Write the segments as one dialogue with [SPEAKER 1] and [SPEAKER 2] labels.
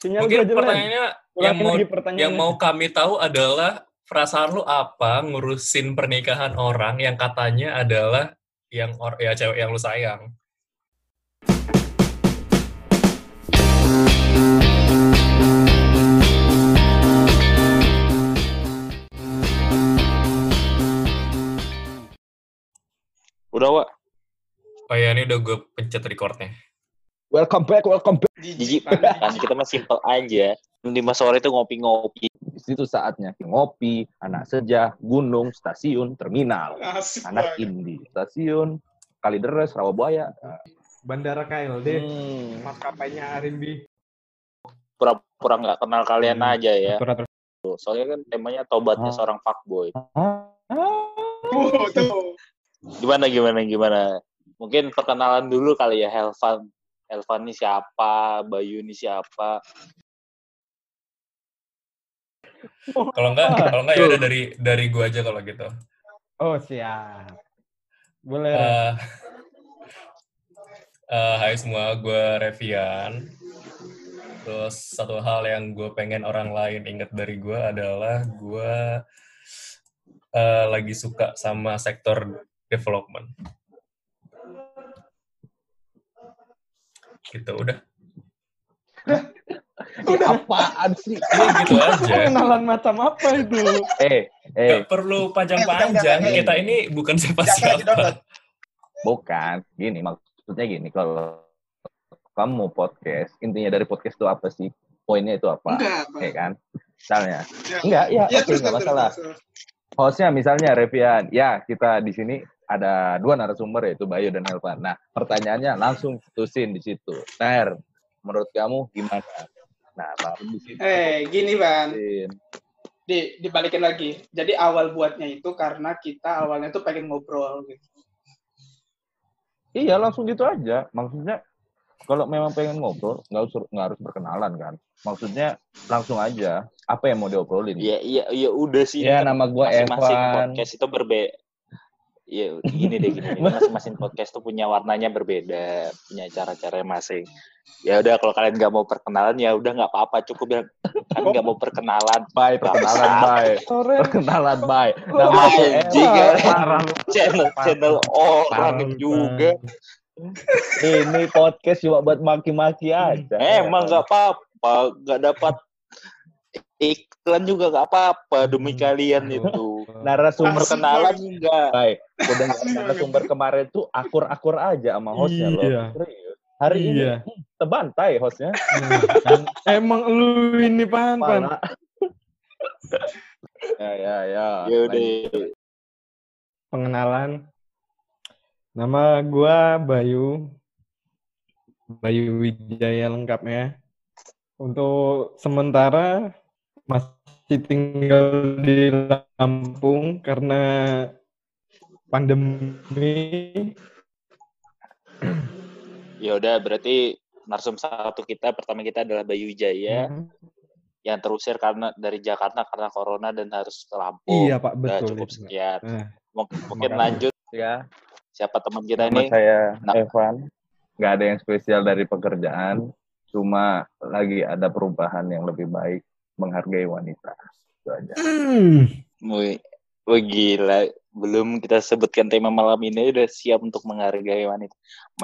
[SPEAKER 1] Sinyal
[SPEAKER 2] Mungkin
[SPEAKER 1] gua jelek.
[SPEAKER 2] pertanyaannya yang
[SPEAKER 1] Ulangin
[SPEAKER 2] mau
[SPEAKER 1] lagi pertanyaannya.
[SPEAKER 2] yang mau kami tahu adalah perasaan lu apa ngurusin pernikahan orang yang katanya adalah yang or, ya cewek yang lu sayang.
[SPEAKER 3] Udah, Wak.
[SPEAKER 2] Oh ya ini udah gue pencet recordnya.
[SPEAKER 1] Welcome back, welcome back.
[SPEAKER 3] Jijik kan kita mah simple aja. Lima sore itu ngopi-ngopi.
[SPEAKER 4] Di situ saatnya ngopi, anak seja, gunung, stasiun, terminal.
[SPEAKER 5] Asik
[SPEAKER 4] Anak
[SPEAKER 5] banget.
[SPEAKER 4] indi, stasiun, Kalideres, Rawabuaya.
[SPEAKER 6] Bandara KLD,
[SPEAKER 4] Hmm.
[SPEAKER 6] maskapainya Arimbi.
[SPEAKER 3] Pura-pura nggak kenal kalian
[SPEAKER 6] Hmm.
[SPEAKER 3] aja ya.
[SPEAKER 6] Atur-atur.
[SPEAKER 3] Tuh, Soalnya kan temanya tobatnya
[SPEAKER 4] Ah.
[SPEAKER 3] seorang fuckboy.
[SPEAKER 5] Ah, Tuh, tuh.
[SPEAKER 3] Gimana, gimana, gimana? Mungkin perkenalan dulu kali ya, Helvan. Helvan ini siapa, Bayu ini siapa.
[SPEAKER 2] Kalau enggak kalau enggak ya udah dari dari gue aja kalau gitu.
[SPEAKER 6] Oh, siap. Boleh.
[SPEAKER 2] Eh eh, hai semua, gue Revian. Terus satu hal yang gue pengen orang lain ingat dari gue adalah gue eh, lagi suka sama sektor development. Gitu, udah.
[SPEAKER 4] Eh, Apaan sih?
[SPEAKER 2] Udah gitu aja.
[SPEAKER 6] Kenalan macam apa itu?
[SPEAKER 4] Eh, eh,
[SPEAKER 2] Gak perlu panjang-panjang. Kita ini bukan siapa-siapa.
[SPEAKER 4] bukan. Gini, maksudnya gini. Kalau kamu mau podcast, intinya dari podcast itu apa sih? Poinnya itu apa?
[SPEAKER 5] Enggak, Bang.
[SPEAKER 4] Ya kan? Misalnya.
[SPEAKER 5] Ya.
[SPEAKER 4] Enggak, ya,
[SPEAKER 5] Ya,
[SPEAKER 4] oke,
[SPEAKER 5] terus,
[SPEAKER 4] nggak
[SPEAKER 5] terus,
[SPEAKER 4] masalah.
[SPEAKER 5] terus.
[SPEAKER 4] hostnya misalnya Revian. Ya, kita di sini ada dua narasumber yaitu Bayu dan Elvan. Nah, pertanyaannya langsung tusin di situ. Ter, menurut kamu gimana? Nah, baru di situ.
[SPEAKER 5] Eh, gini, Bang.
[SPEAKER 4] tusin.
[SPEAKER 5] Di, dibalikin lagi. Jadi awal buatnya itu karena kita awalnya tuh pengen ngobrol gitu.
[SPEAKER 4] Iya, langsung gitu aja. Maksudnya kalau memang pengen ngobrol, nggak usur- nggak harus berkenalan kan. Maksudnya langsung aja. Apa yang mau diobrolin?
[SPEAKER 3] Ya,
[SPEAKER 4] Iya,
[SPEAKER 3] iya, iya udah sih.
[SPEAKER 4] Ya, nama gue
[SPEAKER 3] masing-masing
[SPEAKER 4] Evan.
[SPEAKER 3] podcast itu berbeda. Ya, gini deh gini. deh. Masing-masing podcast tuh punya warnanya berbeda, punya cara-cara masing. Ya udah kalau kalian nggak mau perkenalan ya udah nggak apa-apa, cukup bilang kalian nggak mau perkenalan.
[SPEAKER 4] Bye, perkenalan bye.
[SPEAKER 6] Sore.
[SPEAKER 4] Perkenalan bye. Nama gue
[SPEAKER 3] Anjing,
[SPEAKER 4] Evan.
[SPEAKER 3] ya. channel channel orang juga.
[SPEAKER 4] Ini podcast cuma buat maki-maki aja.
[SPEAKER 3] Eh, Emang nggak apa-apa, nggak dapat iklan juga nggak apa-apa demi
[SPEAKER 6] Hmm. Iya.
[SPEAKER 3] kalian itu.
[SPEAKER 4] narasumber kan
[SPEAKER 5] Asik.
[SPEAKER 3] Perkenalan enggak.
[SPEAKER 4] baik. Udah narasumber kemarin tuh akur-akur aja sama hostnya loh.
[SPEAKER 6] Iya.
[SPEAKER 4] Serius. Hari ini
[SPEAKER 6] Iya.
[SPEAKER 4] hmm, terbantai hostnya.
[SPEAKER 6] Emang lu ini pan pan.
[SPEAKER 4] Pala. ya ya ya.
[SPEAKER 3] Ya udah.
[SPEAKER 6] pengenalan. Nama gua Bayu. Bayu Wijaya lengkapnya. Untuk sementara masih tinggal di Lampung karena pandemi.
[SPEAKER 3] Ya udah berarti narsum satu kita pertama kita adalah Bayu Jaya
[SPEAKER 6] Hmm.
[SPEAKER 3] yang terusir karena dari Jakarta karena corona dan harus ke Lampung.
[SPEAKER 6] Iya, Pak,
[SPEAKER 3] Udah,
[SPEAKER 6] betul.
[SPEAKER 3] cukup sekian.
[SPEAKER 6] Nah.
[SPEAKER 3] Mungkin, mungkin
[SPEAKER 6] Makasih.
[SPEAKER 3] lanjut
[SPEAKER 4] Ya.
[SPEAKER 3] siapa teman kita
[SPEAKER 4] Nama
[SPEAKER 3] ini?
[SPEAKER 4] saya
[SPEAKER 3] Nah.
[SPEAKER 4] Evan. Nggak ada yang spesial dari pekerjaan. Cuma lagi ada perubahan yang lebih baik menghargai wanita. Itu aja.
[SPEAKER 6] Hmm.
[SPEAKER 3] Wih, wih, gila. Belum kita sebutkan tema malam ini udah siap untuk menghargai wanita.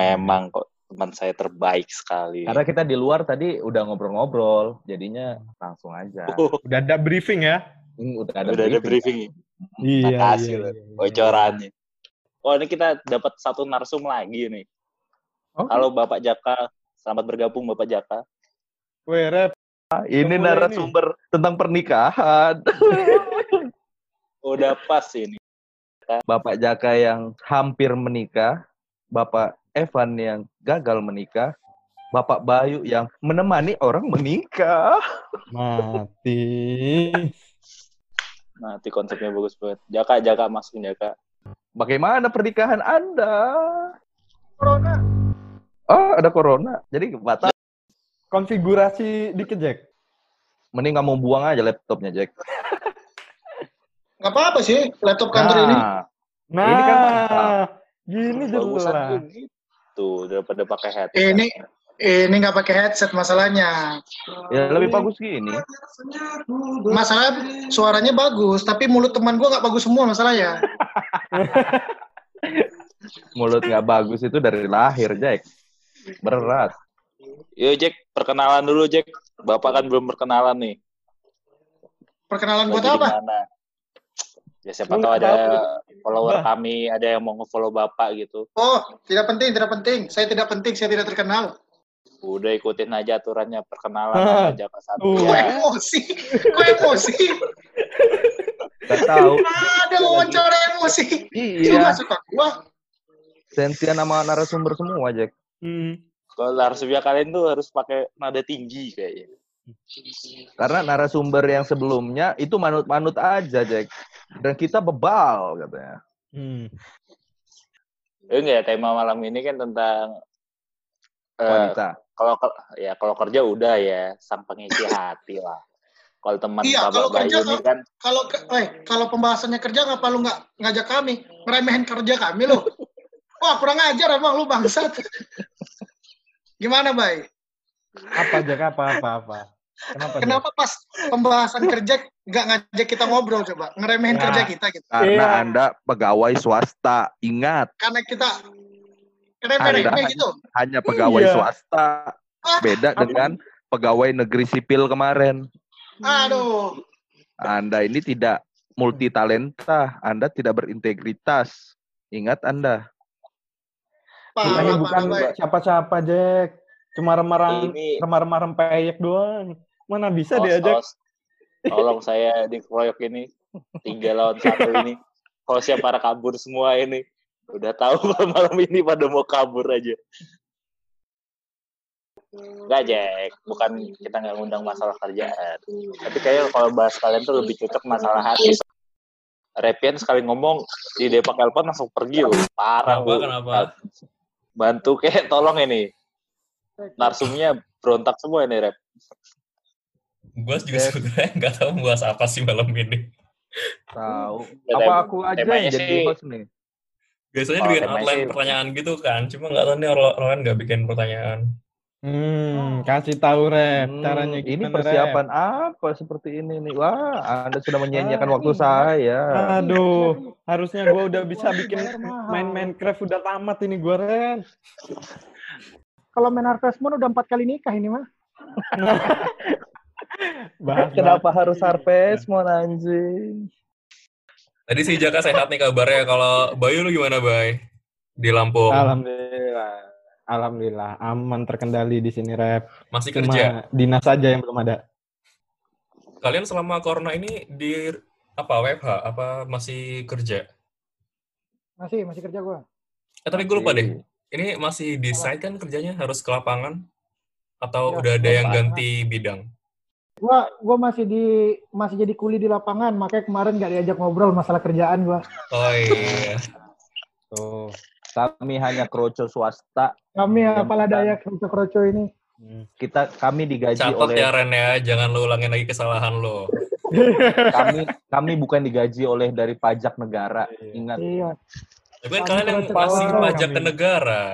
[SPEAKER 3] Memang kok teman saya terbaik sekali.
[SPEAKER 4] Karena kita di luar tadi udah ngobrol-ngobrol, jadinya langsung aja.
[SPEAKER 3] Oh,
[SPEAKER 6] Udah ada briefing ya?
[SPEAKER 4] Hmm, udah ada
[SPEAKER 3] udah ada
[SPEAKER 4] briefing.
[SPEAKER 3] briefing.
[SPEAKER 6] Iya.
[SPEAKER 3] Makasih
[SPEAKER 6] iya,
[SPEAKER 3] loh,
[SPEAKER 6] iya, iya.
[SPEAKER 3] bocorannya. Oh ini kita dapat satu narsum lagi nih.
[SPEAKER 6] Oh,
[SPEAKER 3] Halo Bapak Jaka, selamat bergabung Bapak Jaka.
[SPEAKER 6] weh, Red.
[SPEAKER 4] Ah, Ini
[SPEAKER 6] Boleh
[SPEAKER 4] narasumber tentang pernikahan.
[SPEAKER 3] Udah pas ini.
[SPEAKER 4] Bapak Jaka yang hampir menikah, Bapak Evan yang gagal menikah, Bapak Bayu yang menemani orang menikah.
[SPEAKER 6] Mati.
[SPEAKER 3] Nah, Nanti konsepnya bagus banget. Jaka, Jaka masuk Jaka.
[SPEAKER 4] Bagaimana pernikahan Anda? Corona. Oh, ada corona. Jadi batal.
[SPEAKER 6] Konfigurasi dikejek.
[SPEAKER 4] Mending kamu buang aja laptopnya, Jack.
[SPEAKER 5] Gak apa-apa sih, laptop
[SPEAKER 4] Nah,
[SPEAKER 5] kantor ini.
[SPEAKER 6] Nah,
[SPEAKER 4] Ini kan mantap.
[SPEAKER 6] gini jelas.
[SPEAKER 3] Bagusan tuh gitu daripada pakai headset.
[SPEAKER 5] Eh, ini
[SPEAKER 7] Ini nggak pakai headset masalahnya.
[SPEAKER 4] Ya lebih bagus gini.
[SPEAKER 7] Masalah suaranya bagus, tapi mulut teman gua nggak bagus semua masalahnya.
[SPEAKER 4] Mulut nggak bagus itu dari lahir, Jack. Berat.
[SPEAKER 3] Yo Jack, perkenalan dulu Jack. Bapak kan belum perkenalan nih.
[SPEAKER 7] Perkenalan buat
[SPEAKER 3] Lagi di
[SPEAKER 7] apa?
[SPEAKER 3] mana? Ya siapa tahu ada follower
[SPEAKER 6] Bah.
[SPEAKER 3] kami, ada yang mau nge-follow Bapak gitu.
[SPEAKER 7] Oh, tidak penting, tidak penting. Saya tidak penting, saya tidak terkenal.
[SPEAKER 3] Udah ikutin aja aturannya perkenalan
[SPEAKER 6] Ah.
[SPEAKER 3] aja Pak
[SPEAKER 7] Gue
[SPEAKER 3] Satria.
[SPEAKER 7] emosi, gue emosi.
[SPEAKER 4] Gak tahu.
[SPEAKER 7] Ada wawancara emosi. Iya.
[SPEAKER 4] Iya.
[SPEAKER 7] suka gua.
[SPEAKER 4] Sentian sama narasumber semua, Jack.
[SPEAKER 6] Hmm,
[SPEAKER 3] Kalau harusnya kalian tuh harus pakai nada tinggi kayaknya.
[SPEAKER 4] Karena narasumber yang sebelumnya itu manut-manut aja, Jack. Dan kita bebal katanya.
[SPEAKER 6] Hmm.
[SPEAKER 3] Eh enggak ya, tema malam ini kan tentang eh,
[SPEAKER 4] Wanita.
[SPEAKER 3] kalau ke- ya kalau kerja udah ya sang pengisi hati lah. Kalau teman
[SPEAKER 7] Iya, kalau
[SPEAKER 3] Bapak
[SPEAKER 7] kerja
[SPEAKER 3] Bayu ini kan
[SPEAKER 7] Kalau ke- eh kalau pembahasannya kerja ngapa lu nggak ngajak kami? Ngeremehin kerja kami lu. Wah, kurang ajar emang lu bangsat. Gimana, Bay?
[SPEAKER 6] Apa Jack? Apa apa apa? Kenapa? Jack?
[SPEAKER 7] Kenapa pas pembahasan kerja nggak ngajak kita ngobrol coba? Ngeremehin
[SPEAKER 6] Ya.
[SPEAKER 7] kerja kita gitu.
[SPEAKER 4] Karena
[SPEAKER 6] Iya.
[SPEAKER 4] Anda pegawai swasta. Ingat,
[SPEAKER 7] Karena kita remeh-remeh
[SPEAKER 4] Anda-
[SPEAKER 7] gitu.
[SPEAKER 4] hanya pegawai
[SPEAKER 6] Iya.
[SPEAKER 4] swasta. Beda dengan pegawai negeri sipil kemarin.
[SPEAKER 7] Aduh.
[SPEAKER 4] Anda ini tidak multi talenta, Anda tidak berintegritas. Ingat Anda.
[SPEAKER 7] Parah,
[SPEAKER 6] Bukannya
[SPEAKER 7] parah,
[SPEAKER 6] bukan
[SPEAKER 7] Bay.
[SPEAKER 6] siapa-siapa Jack. Cuma remah
[SPEAKER 3] Ini-
[SPEAKER 6] remah rempeyek doang. Mana bisa
[SPEAKER 3] host,
[SPEAKER 4] Oh,
[SPEAKER 6] diajak?
[SPEAKER 3] host, tolong saya dikeroyok ini tiga lawan satu ini. Hostnya para kabur semua ini. Udah tahu malam ini pada mau kabur aja. Enggak, Jack. Bukan kita nggak ngundang masalah kerjaan. Tapi kayaknya kalau bahas kalian tuh lebih cocok masalah hati. Repian sekali ngomong di Depak Elpon langsung pergi loh. Parah
[SPEAKER 2] Kenapa?
[SPEAKER 3] loh.
[SPEAKER 2] Kenapa?
[SPEAKER 3] Bantu kek, tolong ini. Narsumnya berontak semua ini, Rep.
[SPEAKER 2] Gue juga sebenarnya nggak tahu mau bahas apa sih malam ini.
[SPEAKER 4] Tahu.
[SPEAKER 3] Ya,
[SPEAKER 4] Apa
[SPEAKER 3] tem-
[SPEAKER 4] aku aja
[SPEAKER 3] temanya
[SPEAKER 4] yang
[SPEAKER 3] sih-
[SPEAKER 4] jadi host nih?
[SPEAKER 2] Biasanya
[SPEAKER 3] Oh,
[SPEAKER 2] dibikin
[SPEAKER 3] temanya
[SPEAKER 2] outline
[SPEAKER 3] sih-
[SPEAKER 2] pertanyaan gitu kan. Cuma nggak tahu nih orang orang nggak bikin pertanyaan.
[SPEAKER 6] Hmm, kasih tahu Rep
[SPEAKER 4] oh. Hmm,
[SPEAKER 6] Eh, caranya
[SPEAKER 4] ini
[SPEAKER 6] gimana, Rep.
[SPEAKER 4] persiapan apa seperti ini nih? Wah, Anda sudah menyanyiakan
[SPEAKER 6] Ah,
[SPEAKER 4] waktu
[SPEAKER 6] ini.
[SPEAKER 4] saya.
[SPEAKER 6] Aduh, harusnya gua udah bisa
[SPEAKER 1] Wah,
[SPEAKER 6] bikin
[SPEAKER 1] bayar mahal.
[SPEAKER 6] main Minecraft udah tamat ini gua Ren.
[SPEAKER 1] Kalau main Harvest Moon udah empat kali nikah ini mah.
[SPEAKER 6] Bahas
[SPEAKER 4] Kenapa harus harpes mau anjing?
[SPEAKER 2] Tadi si Jaka sehat nih kabarnya. Kalau Bayu lu gimana, Bay? Di Lampung.
[SPEAKER 6] Alhamdulillah. Alhamdulillah aman terkendali di sini Rep.
[SPEAKER 2] Masih kerja.
[SPEAKER 6] Cuma dinas saja yang belum ada.
[SPEAKER 2] Kalian selama corona ini di apa WFH apa masih kerja?
[SPEAKER 1] Masih masih kerja gua.
[SPEAKER 2] Eh tapi gue lupa deh. Ini masih di site kan kerjanya harus ke lapangan atau
[SPEAKER 1] Ya,
[SPEAKER 2] udah ada yang
[SPEAKER 1] lapangan.
[SPEAKER 2] ganti bidang?
[SPEAKER 1] Gua gua masih di masih jadi kuli di lapangan, makanya kemarin gak diajak ngobrol masalah kerjaan gua.
[SPEAKER 2] Oh iya.
[SPEAKER 6] Tuh.
[SPEAKER 4] Kami hanya kroco swasta.
[SPEAKER 1] Kami
[SPEAKER 6] Ya,
[SPEAKER 4] Yang
[SPEAKER 1] apalah
[SPEAKER 4] bukan.
[SPEAKER 1] daya kroco-kroco ini.
[SPEAKER 6] Hmm.
[SPEAKER 4] Kita kami digaji
[SPEAKER 2] Catat
[SPEAKER 4] oleh
[SPEAKER 2] ya Ren ya, jangan lu ulangin lagi kesalahan lo.
[SPEAKER 4] kami kami bukan digaji oleh dari pajak negara.
[SPEAKER 6] Iya.
[SPEAKER 4] Ingat.
[SPEAKER 1] Iya.
[SPEAKER 2] Tapi kan
[SPEAKER 1] Kami
[SPEAKER 2] kalian yang
[SPEAKER 1] kerja
[SPEAKER 2] ngasih
[SPEAKER 1] kami.
[SPEAKER 2] pajak ke negara.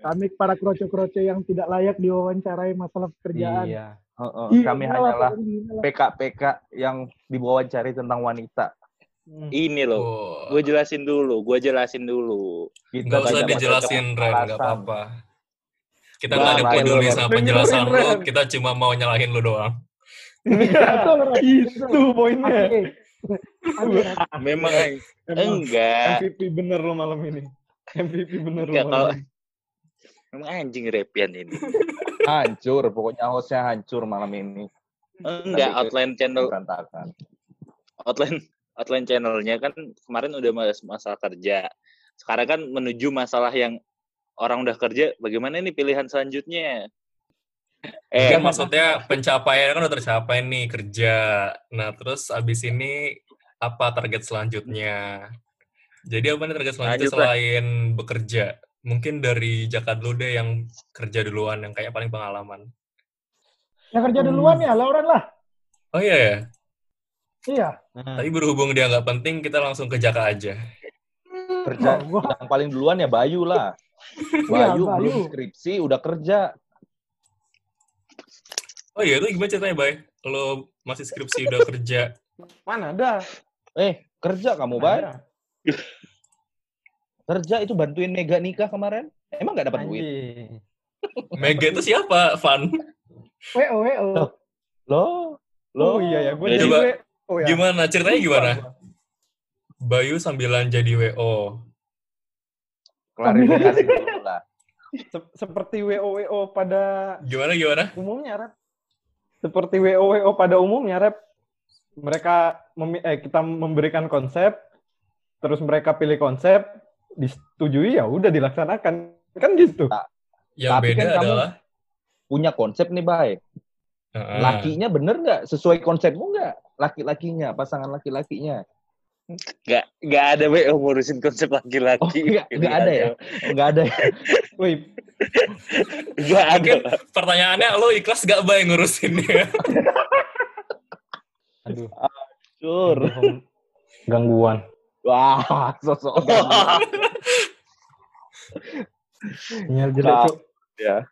[SPEAKER 1] Kami para kroco-kroco yang tidak layak diwawancarai masalah pekerjaan.
[SPEAKER 6] Iya.
[SPEAKER 4] Heeh,
[SPEAKER 1] Ih,
[SPEAKER 4] kami
[SPEAKER 1] gila lah,
[SPEAKER 4] hanyalah
[SPEAKER 1] pokoknya gila lah.
[SPEAKER 4] PK-PK yang diwawancari tentang wanita.
[SPEAKER 3] Ini loh.
[SPEAKER 2] Wah.
[SPEAKER 3] Gue jelasin dulu, gue jelasin dulu.
[SPEAKER 4] Kita
[SPEAKER 2] Nggak usah
[SPEAKER 4] tidak
[SPEAKER 2] dijelasin, Ren. Nggak
[SPEAKER 4] alasan.
[SPEAKER 2] apa-apa. Kita nggak ada
[SPEAKER 4] Bang,
[SPEAKER 2] peduli
[SPEAKER 4] Ren.
[SPEAKER 2] sama
[SPEAKER 6] Dengerin,
[SPEAKER 2] penjelasan lu.
[SPEAKER 6] Ren.
[SPEAKER 2] Kita cuma mau nyalahin lu doang.
[SPEAKER 1] Betul, Ren.
[SPEAKER 6] Itu poinnya.
[SPEAKER 1] Asli. Asli, Ren.
[SPEAKER 3] Memang
[SPEAKER 6] Emang
[SPEAKER 3] enggak.
[SPEAKER 6] MVP bener lo malam ini. MVP bener lo
[SPEAKER 3] Enggak,
[SPEAKER 6] malam
[SPEAKER 3] kalau-
[SPEAKER 6] ini.
[SPEAKER 3] Memang anjing repian ini.
[SPEAKER 4] Hancur, pokoknya hostnya hancur malam ini.
[SPEAKER 3] Enggak
[SPEAKER 4] Tapi-
[SPEAKER 3] outline channel,
[SPEAKER 4] Berantakan.
[SPEAKER 3] outline outline channelnya kan kemarin udah mas- masalah kerja. Sekarang kan menuju masalah yang orang udah kerja, bagaimana ini pilihan selanjutnya? Eh,
[SPEAKER 2] Enggak, maksudnya pencapaian kan udah tercapai nih kerja. Nah, terus abis ini apa target selanjutnya? Jadi apa nih target selanjutnya
[SPEAKER 3] Lanjut, Ren.
[SPEAKER 2] selain bekerja? Mungkin dari Jaka dulu deh yang kerja duluan, yang kayak paling pengalaman.
[SPEAKER 1] Yang kerja duluan ya, Lauren lah.
[SPEAKER 2] Oh iya ya,
[SPEAKER 1] Iya.
[SPEAKER 6] Nah,
[SPEAKER 2] tapi berhubung dia nggak penting, kita langsung ke Jaka aja.
[SPEAKER 4] Kerja
[SPEAKER 1] Oh, gua-
[SPEAKER 4] yang paling duluan ya Bayu lah.
[SPEAKER 6] Iya,
[SPEAKER 4] Bayu
[SPEAKER 1] Bayu.
[SPEAKER 4] belum skripsi, udah kerja.
[SPEAKER 2] Oh iya, itu gimana ceritanya, Bay? Lo masih skripsi udah kerja.
[SPEAKER 6] Mana ada?
[SPEAKER 4] Eh, kerja kamu, Bay.
[SPEAKER 6] Mana
[SPEAKER 4] Kerja itu bantuin mega nikah kemarin. Emang
[SPEAKER 6] ada?
[SPEAKER 4] nggak dapat duit?
[SPEAKER 6] Anjing.
[SPEAKER 2] Mega itu siapa, Van?
[SPEAKER 1] WO, WO.
[SPEAKER 4] Loh,
[SPEAKER 6] Oh
[SPEAKER 4] loh.
[SPEAKER 6] iya ya, gue
[SPEAKER 2] Jadi,
[SPEAKER 6] jadi
[SPEAKER 2] Mbak,
[SPEAKER 6] gue. Oh ya.
[SPEAKER 2] Gimana? Ceritanya gimana? Bayu sambilan jadi WO.
[SPEAKER 4] Klarifikasi dulu lah.
[SPEAKER 6] Se- Seperti WOWO pada
[SPEAKER 2] Gimana, gimana?
[SPEAKER 6] umumnya, Rep. Seperti WOWO pada umumnya, Rep. Mereka memi- eh, kita memberikan konsep, terus mereka pilih konsep, disetujui ya udah dilaksanakan. Kan gitu.
[SPEAKER 2] Yang
[SPEAKER 4] Tapi kan
[SPEAKER 2] beda
[SPEAKER 4] kamu-
[SPEAKER 2] adalah...
[SPEAKER 4] Punya konsep nih, Bay.
[SPEAKER 2] Heeh.
[SPEAKER 4] Lakinya bener nggak? Sesuai konsepmu nggak? Laki-lakinya, pasangan laki-lakinya.
[SPEAKER 3] Gak, gak ada WO ngurusin konsep laki-laki.
[SPEAKER 2] Iya,
[SPEAKER 4] Oh, nggak- nggak ada ya? Nggak ada ya?
[SPEAKER 6] Wih,
[SPEAKER 3] Gak ada.
[SPEAKER 2] Mungkin pertanyaannya, lo ikhlas gak, Bay, ngurusinnya?
[SPEAKER 6] aduh.
[SPEAKER 4] Sur.
[SPEAKER 6] Gangguan.
[SPEAKER 4] Wah, sosok.
[SPEAKER 6] Sinyal jelek, Cuk.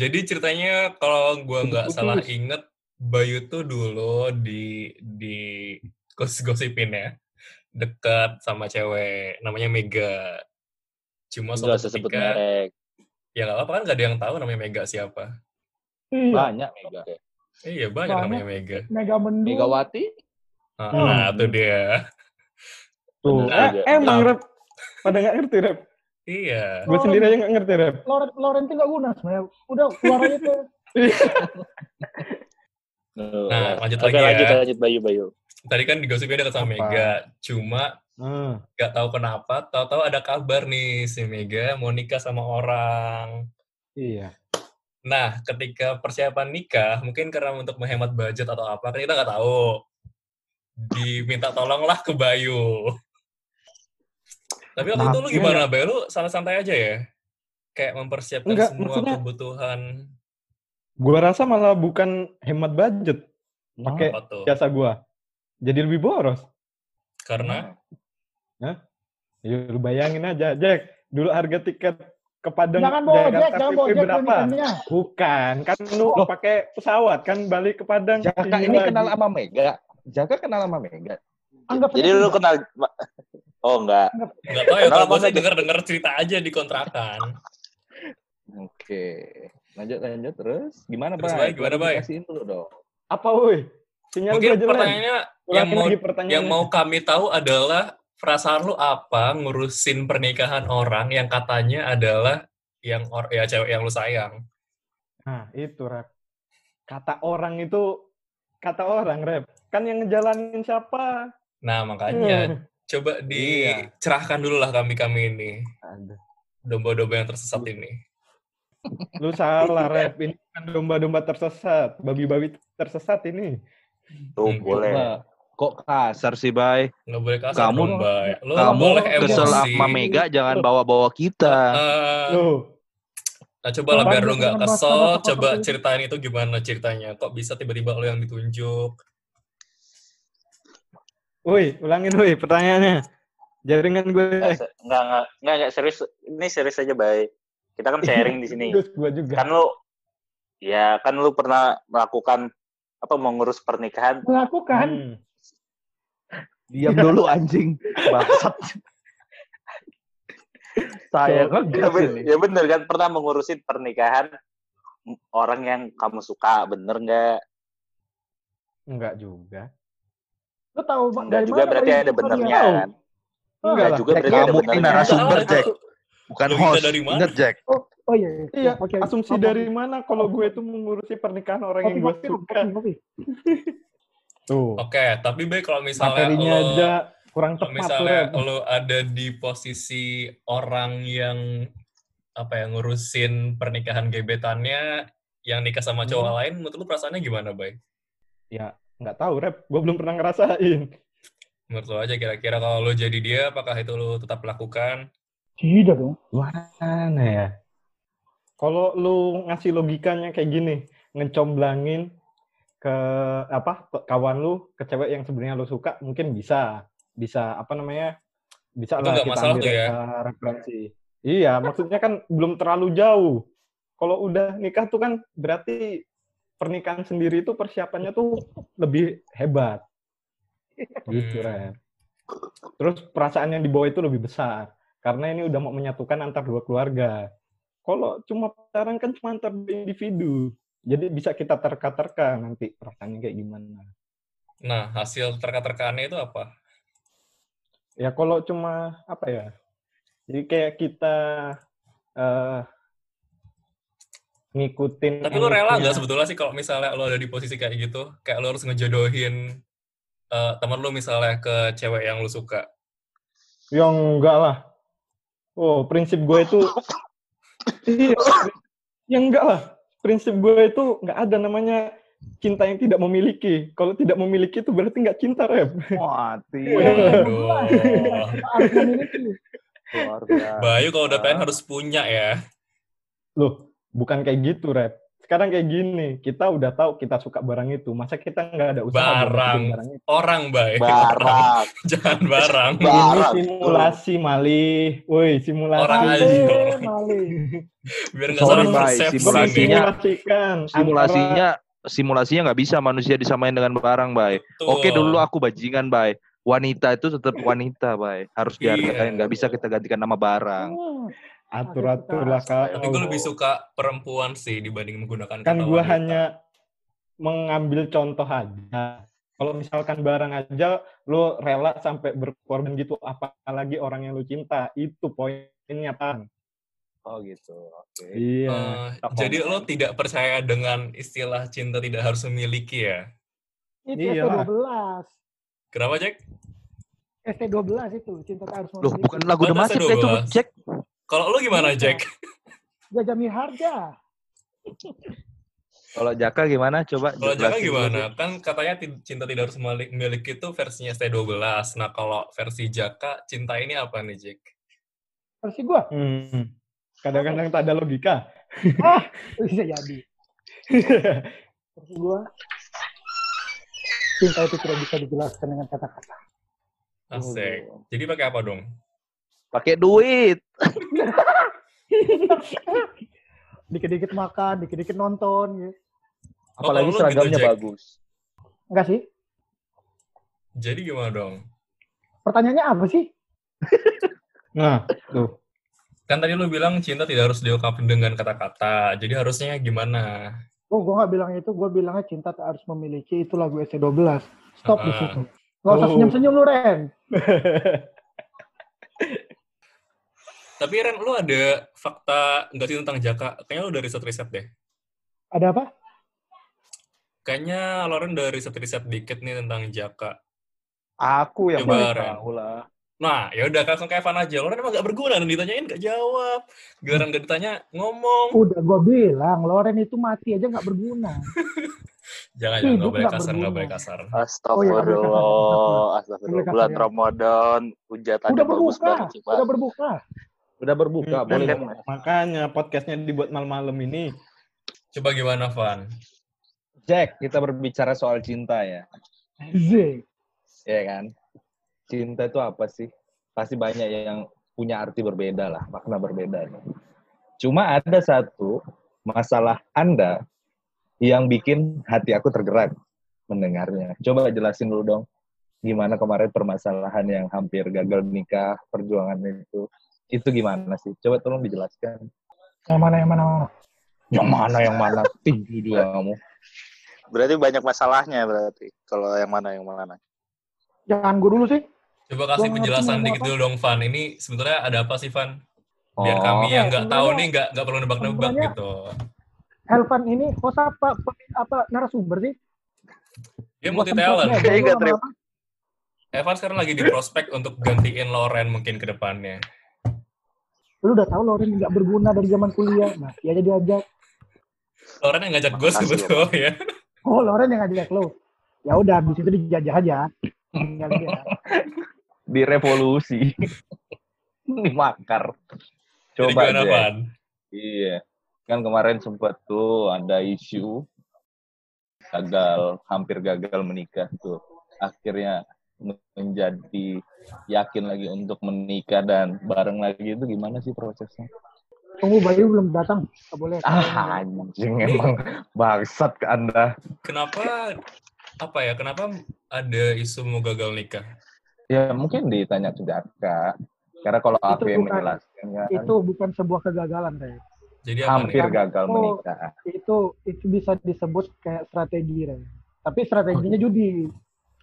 [SPEAKER 2] Jadi ceritanya kalau gua nggak
[SPEAKER 6] Putus.
[SPEAKER 2] salah inget, Bayu tuh dulu di di gosipin ya dekat sama cewek namanya Mega. Cuma
[SPEAKER 3] Gak
[SPEAKER 2] suatu
[SPEAKER 3] usah sebut
[SPEAKER 2] ketika
[SPEAKER 3] merek.
[SPEAKER 2] ya nggak apa-apa kan nggak ada yang tahu namanya Mega siapa.
[SPEAKER 1] Iya,
[SPEAKER 4] Banyak mega.
[SPEAKER 2] Eh, Iya banyak
[SPEAKER 1] Banyak.
[SPEAKER 2] namanya Mega.
[SPEAKER 1] Mega Mendung.
[SPEAKER 4] Megawati?
[SPEAKER 2] Ah,
[SPEAKER 1] Hmm.
[SPEAKER 2] Nah itu dia.
[SPEAKER 6] Tuh,
[SPEAKER 3] Bener
[SPEAKER 6] eh,
[SPEAKER 3] juga.
[SPEAKER 6] emang
[SPEAKER 2] Nah.
[SPEAKER 6] rep. Pada nggak ngerti rep.
[SPEAKER 2] Iya.
[SPEAKER 6] Gue sendiri aja nggak ngerti rep.
[SPEAKER 1] Loren, Loren tuh gak guna sebenarnya. Udah keluar aja tuh.
[SPEAKER 2] Nah, lanjut
[SPEAKER 3] Oke,
[SPEAKER 2] lagi ya.
[SPEAKER 3] lanjut, lanjut Bayu, Bayu.
[SPEAKER 2] Tadi kan digosipin dekat sama
[SPEAKER 6] Apa?
[SPEAKER 2] Mega. Cuma
[SPEAKER 6] Nah.
[SPEAKER 2] nggak tahu kenapa, tahu-tahu ada kabar nih si Mega mau nikah sama orang.
[SPEAKER 6] iya.
[SPEAKER 2] Nah, ketika persiapan nikah, mungkin karena untuk menghemat budget atau apa, kan kita nggak tahu. Diminta tolonglah ke Bayu. Tapi waktu itu lu
[SPEAKER 6] Maafnya
[SPEAKER 2] gimana, Bayu? Lu santai-santai aja ya? Kayak
[SPEAKER 6] ya?
[SPEAKER 2] mempersiapkan
[SPEAKER 6] Enggak,
[SPEAKER 2] semua
[SPEAKER 6] maksudnya-
[SPEAKER 2] kebutuhan
[SPEAKER 6] Gue rasa malah bukan hemat budget. Pakai
[SPEAKER 2] apa tuh?
[SPEAKER 6] jasa gue. Jadi lebih boros.
[SPEAKER 2] Karena
[SPEAKER 6] Ya, lu bayangin aja, Jack. Dulu harga tiket ke Padang
[SPEAKER 1] Jangan bawa Jack, jangan bawa
[SPEAKER 6] PP
[SPEAKER 1] Jack
[SPEAKER 6] berapa?
[SPEAKER 1] pernikahannya.
[SPEAKER 6] Bukan, kan lu pakai pesawat kan balik ke Padang.
[SPEAKER 4] Jaka
[SPEAKER 6] Ini
[SPEAKER 4] ini
[SPEAKER 6] lagi.
[SPEAKER 4] kenal sama Mega. Jaka kenal sama Mega.
[SPEAKER 1] Anggap
[SPEAKER 3] Jadi
[SPEAKER 1] aja
[SPEAKER 3] lu
[SPEAKER 1] tidak.
[SPEAKER 3] kenal... Oh, enggak.
[SPEAKER 2] nggak tahu ya, kalau
[SPEAKER 3] Kenal
[SPEAKER 2] gue
[SPEAKER 3] apa
[SPEAKER 2] sih
[SPEAKER 3] enggak?
[SPEAKER 2] denger-denger cerita aja di kontrakan.
[SPEAKER 4] Oke. Lanjut lanjut terus. Gimana,
[SPEAKER 2] Terus, Bay?
[SPEAKER 4] Bay?
[SPEAKER 2] Gimana, Bay?
[SPEAKER 4] Klarifikasiin dulu dong.
[SPEAKER 6] Apa woi? Sinyal
[SPEAKER 2] Mungkin
[SPEAKER 6] gua jelek.
[SPEAKER 2] pertanyaannya yang
[SPEAKER 6] Ulangin
[SPEAKER 2] mau,
[SPEAKER 6] lagi pertanyaannya.
[SPEAKER 2] yang mau kami tahu adalah perasaan lu apa ngurusin pernikahan orang yang katanya adalah yang or, ya cewek yang lu sayang.
[SPEAKER 6] Nah, itu rep. Kata orang itu kata orang rep. Kan yang ngejalanin siapa?
[SPEAKER 2] Nah,
[SPEAKER 6] Hmm.
[SPEAKER 2] makanya coba
[SPEAKER 4] Iya.
[SPEAKER 2] dicerahkan dulu lah kami-kami ini. Domba-domba yang tersesat ini.
[SPEAKER 6] Lu salah rep. Ini kan domba-domba tersesat, babi-babi tersesat ini.
[SPEAKER 3] Tuh,
[SPEAKER 1] Iya,
[SPEAKER 2] Hmm,
[SPEAKER 3] boleh.
[SPEAKER 4] Wah, Kok kasar sih, Bay?
[SPEAKER 2] Nggak boleh kasar
[SPEAKER 4] Kamu-
[SPEAKER 2] domba. Lo
[SPEAKER 4] Kamu
[SPEAKER 2] Oh, boleh
[SPEAKER 4] kesel
[SPEAKER 2] emosi.
[SPEAKER 4] sama Mega, jangan bawa-bawa kita.
[SPEAKER 2] Eh,
[SPEAKER 6] Lu
[SPEAKER 2] nah, coba lah biar lo nggak
[SPEAKER 1] Jangan bahas
[SPEAKER 2] kesel.
[SPEAKER 1] kata-kata
[SPEAKER 2] Coba
[SPEAKER 1] seperti itu.
[SPEAKER 2] ceritain itu gimana ceritanya. Kok bisa tiba-tiba lo yang ditunjuk?
[SPEAKER 6] woi, ulangin woi pertanyaannya. kan Jaringan gue
[SPEAKER 2] Eh,
[SPEAKER 3] Enggak, se- enggak, enggak, enggak, enggak, serius. Ini serius aja, Bay. Kita kan sharing di sini.
[SPEAKER 6] terus gue eh, juga.
[SPEAKER 3] Kan lu... Ya, kan lu pernah melakukan apa mengurus pernikahan
[SPEAKER 1] Melakukan.
[SPEAKER 6] Hmm.
[SPEAKER 4] Diam dulu anjing. Bangsat. Saya
[SPEAKER 1] Iya,
[SPEAKER 3] ya,
[SPEAKER 4] ngegas
[SPEAKER 3] ben-
[SPEAKER 4] ini.
[SPEAKER 3] ya bener kan pernah mengurusin pernikahan orang yang kamu suka bener nggak
[SPEAKER 6] Enggak juga.
[SPEAKER 1] Lu tahu
[SPEAKER 3] Nggak
[SPEAKER 1] dari
[SPEAKER 3] juga
[SPEAKER 1] mana
[SPEAKER 3] berarti
[SPEAKER 1] Bayu
[SPEAKER 3] ada
[SPEAKER 1] bisa
[SPEAKER 3] benernya
[SPEAKER 1] tahu?
[SPEAKER 3] kan
[SPEAKER 6] Enggak
[SPEAKER 3] nggak
[SPEAKER 6] lah.
[SPEAKER 3] juga berarti ada
[SPEAKER 4] Kamu ini
[SPEAKER 3] benernya
[SPEAKER 4] narasumber,
[SPEAKER 2] Salah itu.
[SPEAKER 4] Jack. Bukan
[SPEAKER 2] Lu
[SPEAKER 4] host.
[SPEAKER 2] kita dari mana?
[SPEAKER 4] Ingat, Jack.
[SPEAKER 1] Oh, oh iya. iya.
[SPEAKER 6] Iya,
[SPEAKER 1] Oke, oke.
[SPEAKER 6] asumsi
[SPEAKER 1] Apa?
[SPEAKER 6] dari mana kalau gue itu mengurusi pernikahan orang
[SPEAKER 1] kopi,
[SPEAKER 6] yang gue
[SPEAKER 1] kopi,
[SPEAKER 6] suka?
[SPEAKER 1] kopi, kopi.
[SPEAKER 6] Tuh,
[SPEAKER 2] Oke, tapi baik kalau misalnya
[SPEAKER 6] materinya
[SPEAKER 2] lo-
[SPEAKER 6] aja kurang
[SPEAKER 2] kalau
[SPEAKER 6] tepat tuh,
[SPEAKER 2] misalnya
[SPEAKER 6] Rep.
[SPEAKER 2] lo ada di posisi orang yang apa ya ngurusin pernikahan gebetannya yang nikah sama cowok lain menurut lu perasaannya gimana bay
[SPEAKER 6] Ya, nggak tahu, Rep. Gue belum pernah ngerasain.
[SPEAKER 2] menurut lo aja kira-kira kalau lo jadi dia apakah itu lo tetap lakukan
[SPEAKER 1] Tidak dong.
[SPEAKER 6] Mana ya? Kalau lu ngasih logikanya kayak gini, ngecomblangin ke apa ke kawan lu ke cewek yang sebenarnya lu suka mungkin bisa bisa apa namanya bisa
[SPEAKER 2] Itu
[SPEAKER 6] lah
[SPEAKER 2] nggak
[SPEAKER 6] kita
[SPEAKER 2] masalah
[SPEAKER 6] ambil
[SPEAKER 2] tuh ya?
[SPEAKER 6] eh, referensi Iya, maksudnya kan belum terlalu jauh. Kalau udah nikah tuh kan berarti pernikahan sendiri itu persiapannya tuh lebih hebat. Gitu, Ren. Terus perasaan yang dibawa itu lebih besar. Karena ini udah mau menyatukan antar dua keluarga. Kalau cuma pacaran kan cuma antar dua individu. Jadi bisa kita terka-terka nanti perasaannya kayak gimana.
[SPEAKER 2] Nah, hasil terka-terkaannya itu apa?
[SPEAKER 6] Ya kalau cuma apa ya? Jadi kayak kita eh ngikutin.
[SPEAKER 2] Tapi lo rela
[SPEAKER 6] alurnya.
[SPEAKER 2] nggak sebetulnya sih kalau misalnya lo ada di posisi kayak gitu, kayak lo harus ngejodohin eh, temen lo misalnya ke cewek yang lo suka.
[SPEAKER 6] Ya enggak lah. Oh, prinsip gue itu Iya. Ya enggak lah. Prinsip gue itu enggak ada namanya cinta yang tidak memiliki. Kalau tidak memiliki itu berarti enggak cinta, Rep.
[SPEAKER 4] mati
[SPEAKER 2] Aduh.
[SPEAKER 1] Harus memiliki.
[SPEAKER 4] luar biasa.
[SPEAKER 2] Bayu kalau udah pengen harus punya ya.
[SPEAKER 6] Loh, bukan kayak gitu, Rep. Sekarang kayak gini, kita udah tahu kita suka barang itu. Masa kita enggak ada usaha buat
[SPEAKER 2] Barang.
[SPEAKER 6] dapetin barang itu?
[SPEAKER 2] Orang, Bay. Orang.
[SPEAKER 3] Barang.
[SPEAKER 2] Jangan barang.
[SPEAKER 1] Oh,
[SPEAKER 6] Ini
[SPEAKER 1] iya,
[SPEAKER 3] Barang.
[SPEAKER 6] simulasi, Mali. Woi, simulasi.
[SPEAKER 2] Orang aja.
[SPEAKER 1] Eh, maling.
[SPEAKER 6] Iya.
[SPEAKER 2] Biar nggak
[SPEAKER 4] Sorry,
[SPEAKER 2] salah
[SPEAKER 4] Bay.
[SPEAKER 2] persepsi
[SPEAKER 4] Simulasinya-
[SPEAKER 2] nih.
[SPEAKER 6] Simulasikan antara-
[SPEAKER 4] Simulasinya simulasinya nggak bisa manusia disamain dengan barang, Bay.
[SPEAKER 2] Betul.
[SPEAKER 4] Oke dulu aku bajingan, Bay. Wanita itu tetap wanita, Bay. Harus
[SPEAKER 2] Iya.
[SPEAKER 4] dihargain, nggak bisa kita gantikan nama barang.
[SPEAKER 6] atur-aturlah kau.
[SPEAKER 2] Tapi gue lebih suka perempuan sih dibanding
[SPEAKER 6] kan
[SPEAKER 2] menggunakan
[SPEAKER 6] gue
[SPEAKER 2] kata wanita.
[SPEAKER 6] hanya mengambil contoh aja. Kalau misalkan barang aja, lo rela sampai berkorban gitu, apalagi orang yang lo cinta. Itu poinnya, Pan.
[SPEAKER 4] Oh gitu. Oke.
[SPEAKER 6] Iya.
[SPEAKER 2] Eh,
[SPEAKER 4] tak
[SPEAKER 2] jadi
[SPEAKER 4] mau.
[SPEAKER 2] lo tidak percaya dengan istilah cinta tidak harus memiliki ya?
[SPEAKER 1] Itu
[SPEAKER 6] Iya.
[SPEAKER 1] ST12.
[SPEAKER 2] Kenapa, Jack?
[SPEAKER 1] ST12 itu cinta tak harus
[SPEAKER 4] Loh,
[SPEAKER 1] memiliki.
[SPEAKER 4] bukan lagu The
[SPEAKER 2] Batas
[SPEAKER 4] Massive kayak itu,
[SPEAKER 2] 12.
[SPEAKER 4] Jack.
[SPEAKER 2] Kalau lo gimana,
[SPEAKER 1] Iya.
[SPEAKER 2] Jack?
[SPEAKER 1] Jajami harga.
[SPEAKER 4] Kalau Jaka gimana? Coba.
[SPEAKER 2] Kalau Jaka
[SPEAKER 4] jelasin dulu, Jack.
[SPEAKER 2] gimana? Kan katanya ti- cinta tidak harus memili- memiliki itu versinya ST12. Nah, kalau versi Jaka, cinta ini apa nih, Jack?
[SPEAKER 1] Versi gua.
[SPEAKER 6] Hmm. Kadang-kadang tak ada logika.
[SPEAKER 1] Bisa jadi. Versi gua. Cinta itu tidak bisa dijelaskan dengan kata-kata.
[SPEAKER 2] Asik.
[SPEAKER 4] Oh.
[SPEAKER 2] Jadi pakai apa dong?
[SPEAKER 4] Pakai duit.
[SPEAKER 1] Dikit-dikit makan, dikit-dikit nonton. Gitu.
[SPEAKER 2] Oh,
[SPEAKER 4] Apalagi
[SPEAKER 2] kalau lu gitu,
[SPEAKER 4] seragamnya
[SPEAKER 2] Jack.
[SPEAKER 4] bagus.
[SPEAKER 1] Enggak sih?
[SPEAKER 2] Jadi gimana dong?
[SPEAKER 1] Pertanyaannya apa sih?
[SPEAKER 6] Nah, tuh.
[SPEAKER 2] Kan tadi lo bilang cinta tidak harus diungkapin dengan kata-kata. Jadi harusnya gimana?
[SPEAKER 1] Oh, gua nggak bilang itu. Gua bilangnya cinta tak harus memiliki. Itu lagu ST12. Stop di
[SPEAKER 2] Ah.
[SPEAKER 1] situ. Gak usah
[SPEAKER 6] Oh.
[SPEAKER 1] senyum-senyum lu, Ren.
[SPEAKER 2] Tapi Ren, lu ada fakta nggak sih tentang Jaka? Kayaknya lu dari riset-riset deh.
[SPEAKER 1] Ada apa?
[SPEAKER 2] Kayaknya Loren udah riset-riset dikit nih tentang Jaka.
[SPEAKER 4] Aku yang
[SPEAKER 2] Coba,
[SPEAKER 4] paling
[SPEAKER 2] Ren.
[SPEAKER 4] tahu lah.
[SPEAKER 2] Nah, ya udah langsung ke Evan aja. Loren emang gak berguna, dan ditanyain gak jawab. Giliran gak ditanya, ngomong.
[SPEAKER 1] Udah gua bilang, Loren itu mati aja nggak berguna.
[SPEAKER 2] Jangan, jangan, gak
[SPEAKER 1] hidup
[SPEAKER 2] boleh
[SPEAKER 1] nggak
[SPEAKER 2] kasar, gak
[SPEAKER 1] berguna.
[SPEAKER 2] boleh kasar.
[SPEAKER 3] Astagfirullah.
[SPEAKER 1] Boleh
[SPEAKER 3] Astagfirullah.
[SPEAKER 1] kasar,
[SPEAKER 3] Bulan
[SPEAKER 1] ya.
[SPEAKER 3] Ramadan. Hujatannya
[SPEAKER 1] Udah
[SPEAKER 3] bagus banget
[SPEAKER 1] berbuka,
[SPEAKER 3] sih, Pak.
[SPEAKER 1] udah berbuka.
[SPEAKER 4] Udah berbuka,
[SPEAKER 6] Hmm,
[SPEAKER 4] boleh
[SPEAKER 6] kan,
[SPEAKER 4] kan?
[SPEAKER 6] Makanya podcastnya dibuat malam-malam ini.
[SPEAKER 2] Coba gimana, Van?
[SPEAKER 4] Jack, kita berbicara soal cinta ya.
[SPEAKER 1] Z.
[SPEAKER 4] Iya kan? Cinta itu apa sih? Pasti banyak yang punya arti berbeda lah, makna berbeda. nih. Cuma ada satu masalah Anda yang bikin hati aku tergerak mendengarnya. Coba jelasin dulu dong, gimana kemarin permasalahan yang hampir gagal nikah, perjuangan itu, itu gimana sih? Coba tolong dijelaskan.
[SPEAKER 1] Yang mana, yang mana, yang mana?
[SPEAKER 4] Yang mana, yang mana? Tinggi juga kamu.
[SPEAKER 3] Berarti banyak masalahnya berarti. Kalau yang mana, yang mana.
[SPEAKER 1] Jangan gue dulu sih.
[SPEAKER 2] Coba kasih
[SPEAKER 1] Gua ngerti
[SPEAKER 2] penjelasan
[SPEAKER 1] ngomong
[SPEAKER 2] dikit
[SPEAKER 1] apa.
[SPEAKER 2] dulu dong, Van. Ini sebenarnya ada apa sih, Van? Biar
[SPEAKER 4] Oh,
[SPEAKER 2] kami yang
[SPEAKER 1] Oke,
[SPEAKER 2] nggak tahu
[SPEAKER 1] sebenarnya-
[SPEAKER 2] nih nggak nggak perlu nebak-nebak
[SPEAKER 1] sebenarnya-
[SPEAKER 2] gitu.
[SPEAKER 1] Elvan ini host apa, pe- apa narasumber sih?
[SPEAKER 2] Dia
[SPEAKER 1] Gua
[SPEAKER 2] multi
[SPEAKER 1] semprot
[SPEAKER 2] talent.
[SPEAKER 1] deh,
[SPEAKER 3] Iya,
[SPEAKER 1] gua
[SPEAKER 3] Trip.
[SPEAKER 1] lama-lama.
[SPEAKER 2] Evan sekarang lagi di prospek untuk gantiin Loren mungkin ke depannya.
[SPEAKER 1] Lu udah tahu Loren nggak berguna dari zaman kuliah. Nah, iya aja diajak.
[SPEAKER 2] Loren yang ngajak gue
[SPEAKER 3] Makasih,
[SPEAKER 2] sebetulnya. ya.
[SPEAKER 1] Oh, Loren yang ngajak lu. Ya udah, habis itu dijajah aja. Tinggal dia.
[SPEAKER 4] direvolusi makar
[SPEAKER 2] Jadi
[SPEAKER 4] coba
[SPEAKER 2] gimana,
[SPEAKER 4] Jack.
[SPEAKER 2] Van?
[SPEAKER 4] iya kan kemarin sempat tuh ada isu gagal hampir gagal menikah tuh akhirnya menjadi yakin lagi untuk menikah dan bareng lagi itu gimana sih prosesnya?
[SPEAKER 1] Tunggu Bayu belum datang. Gak boleh.
[SPEAKER 4] Ah, anjing emang bangsat ke Anda.
[SPEAKER 2] Kenapa apa ya? Kenapa ada isu mau gagal nikah?
[SPEAKER 4] Ya mungkin ditanya ke Jaka. Karena kalau aku yang
[SPEAKER 1] bukan-
[SPEAKER 4] menjelaskan kan,
[SPEAKER 1] Itu bukan sebuah kegagalan Rey.
[SPEAKER 2] Jadi apa
[SPEAKER 4] hampir
[SPEAKER 2] nih?
[SPEAKER 4] gagal
[SPEAKER 1] Oh.
[SPEAKER 4] menikah.
[SPEAKER 1] Itu itu bisa disebut kayak strategi Rey. Tapi strateginya judi.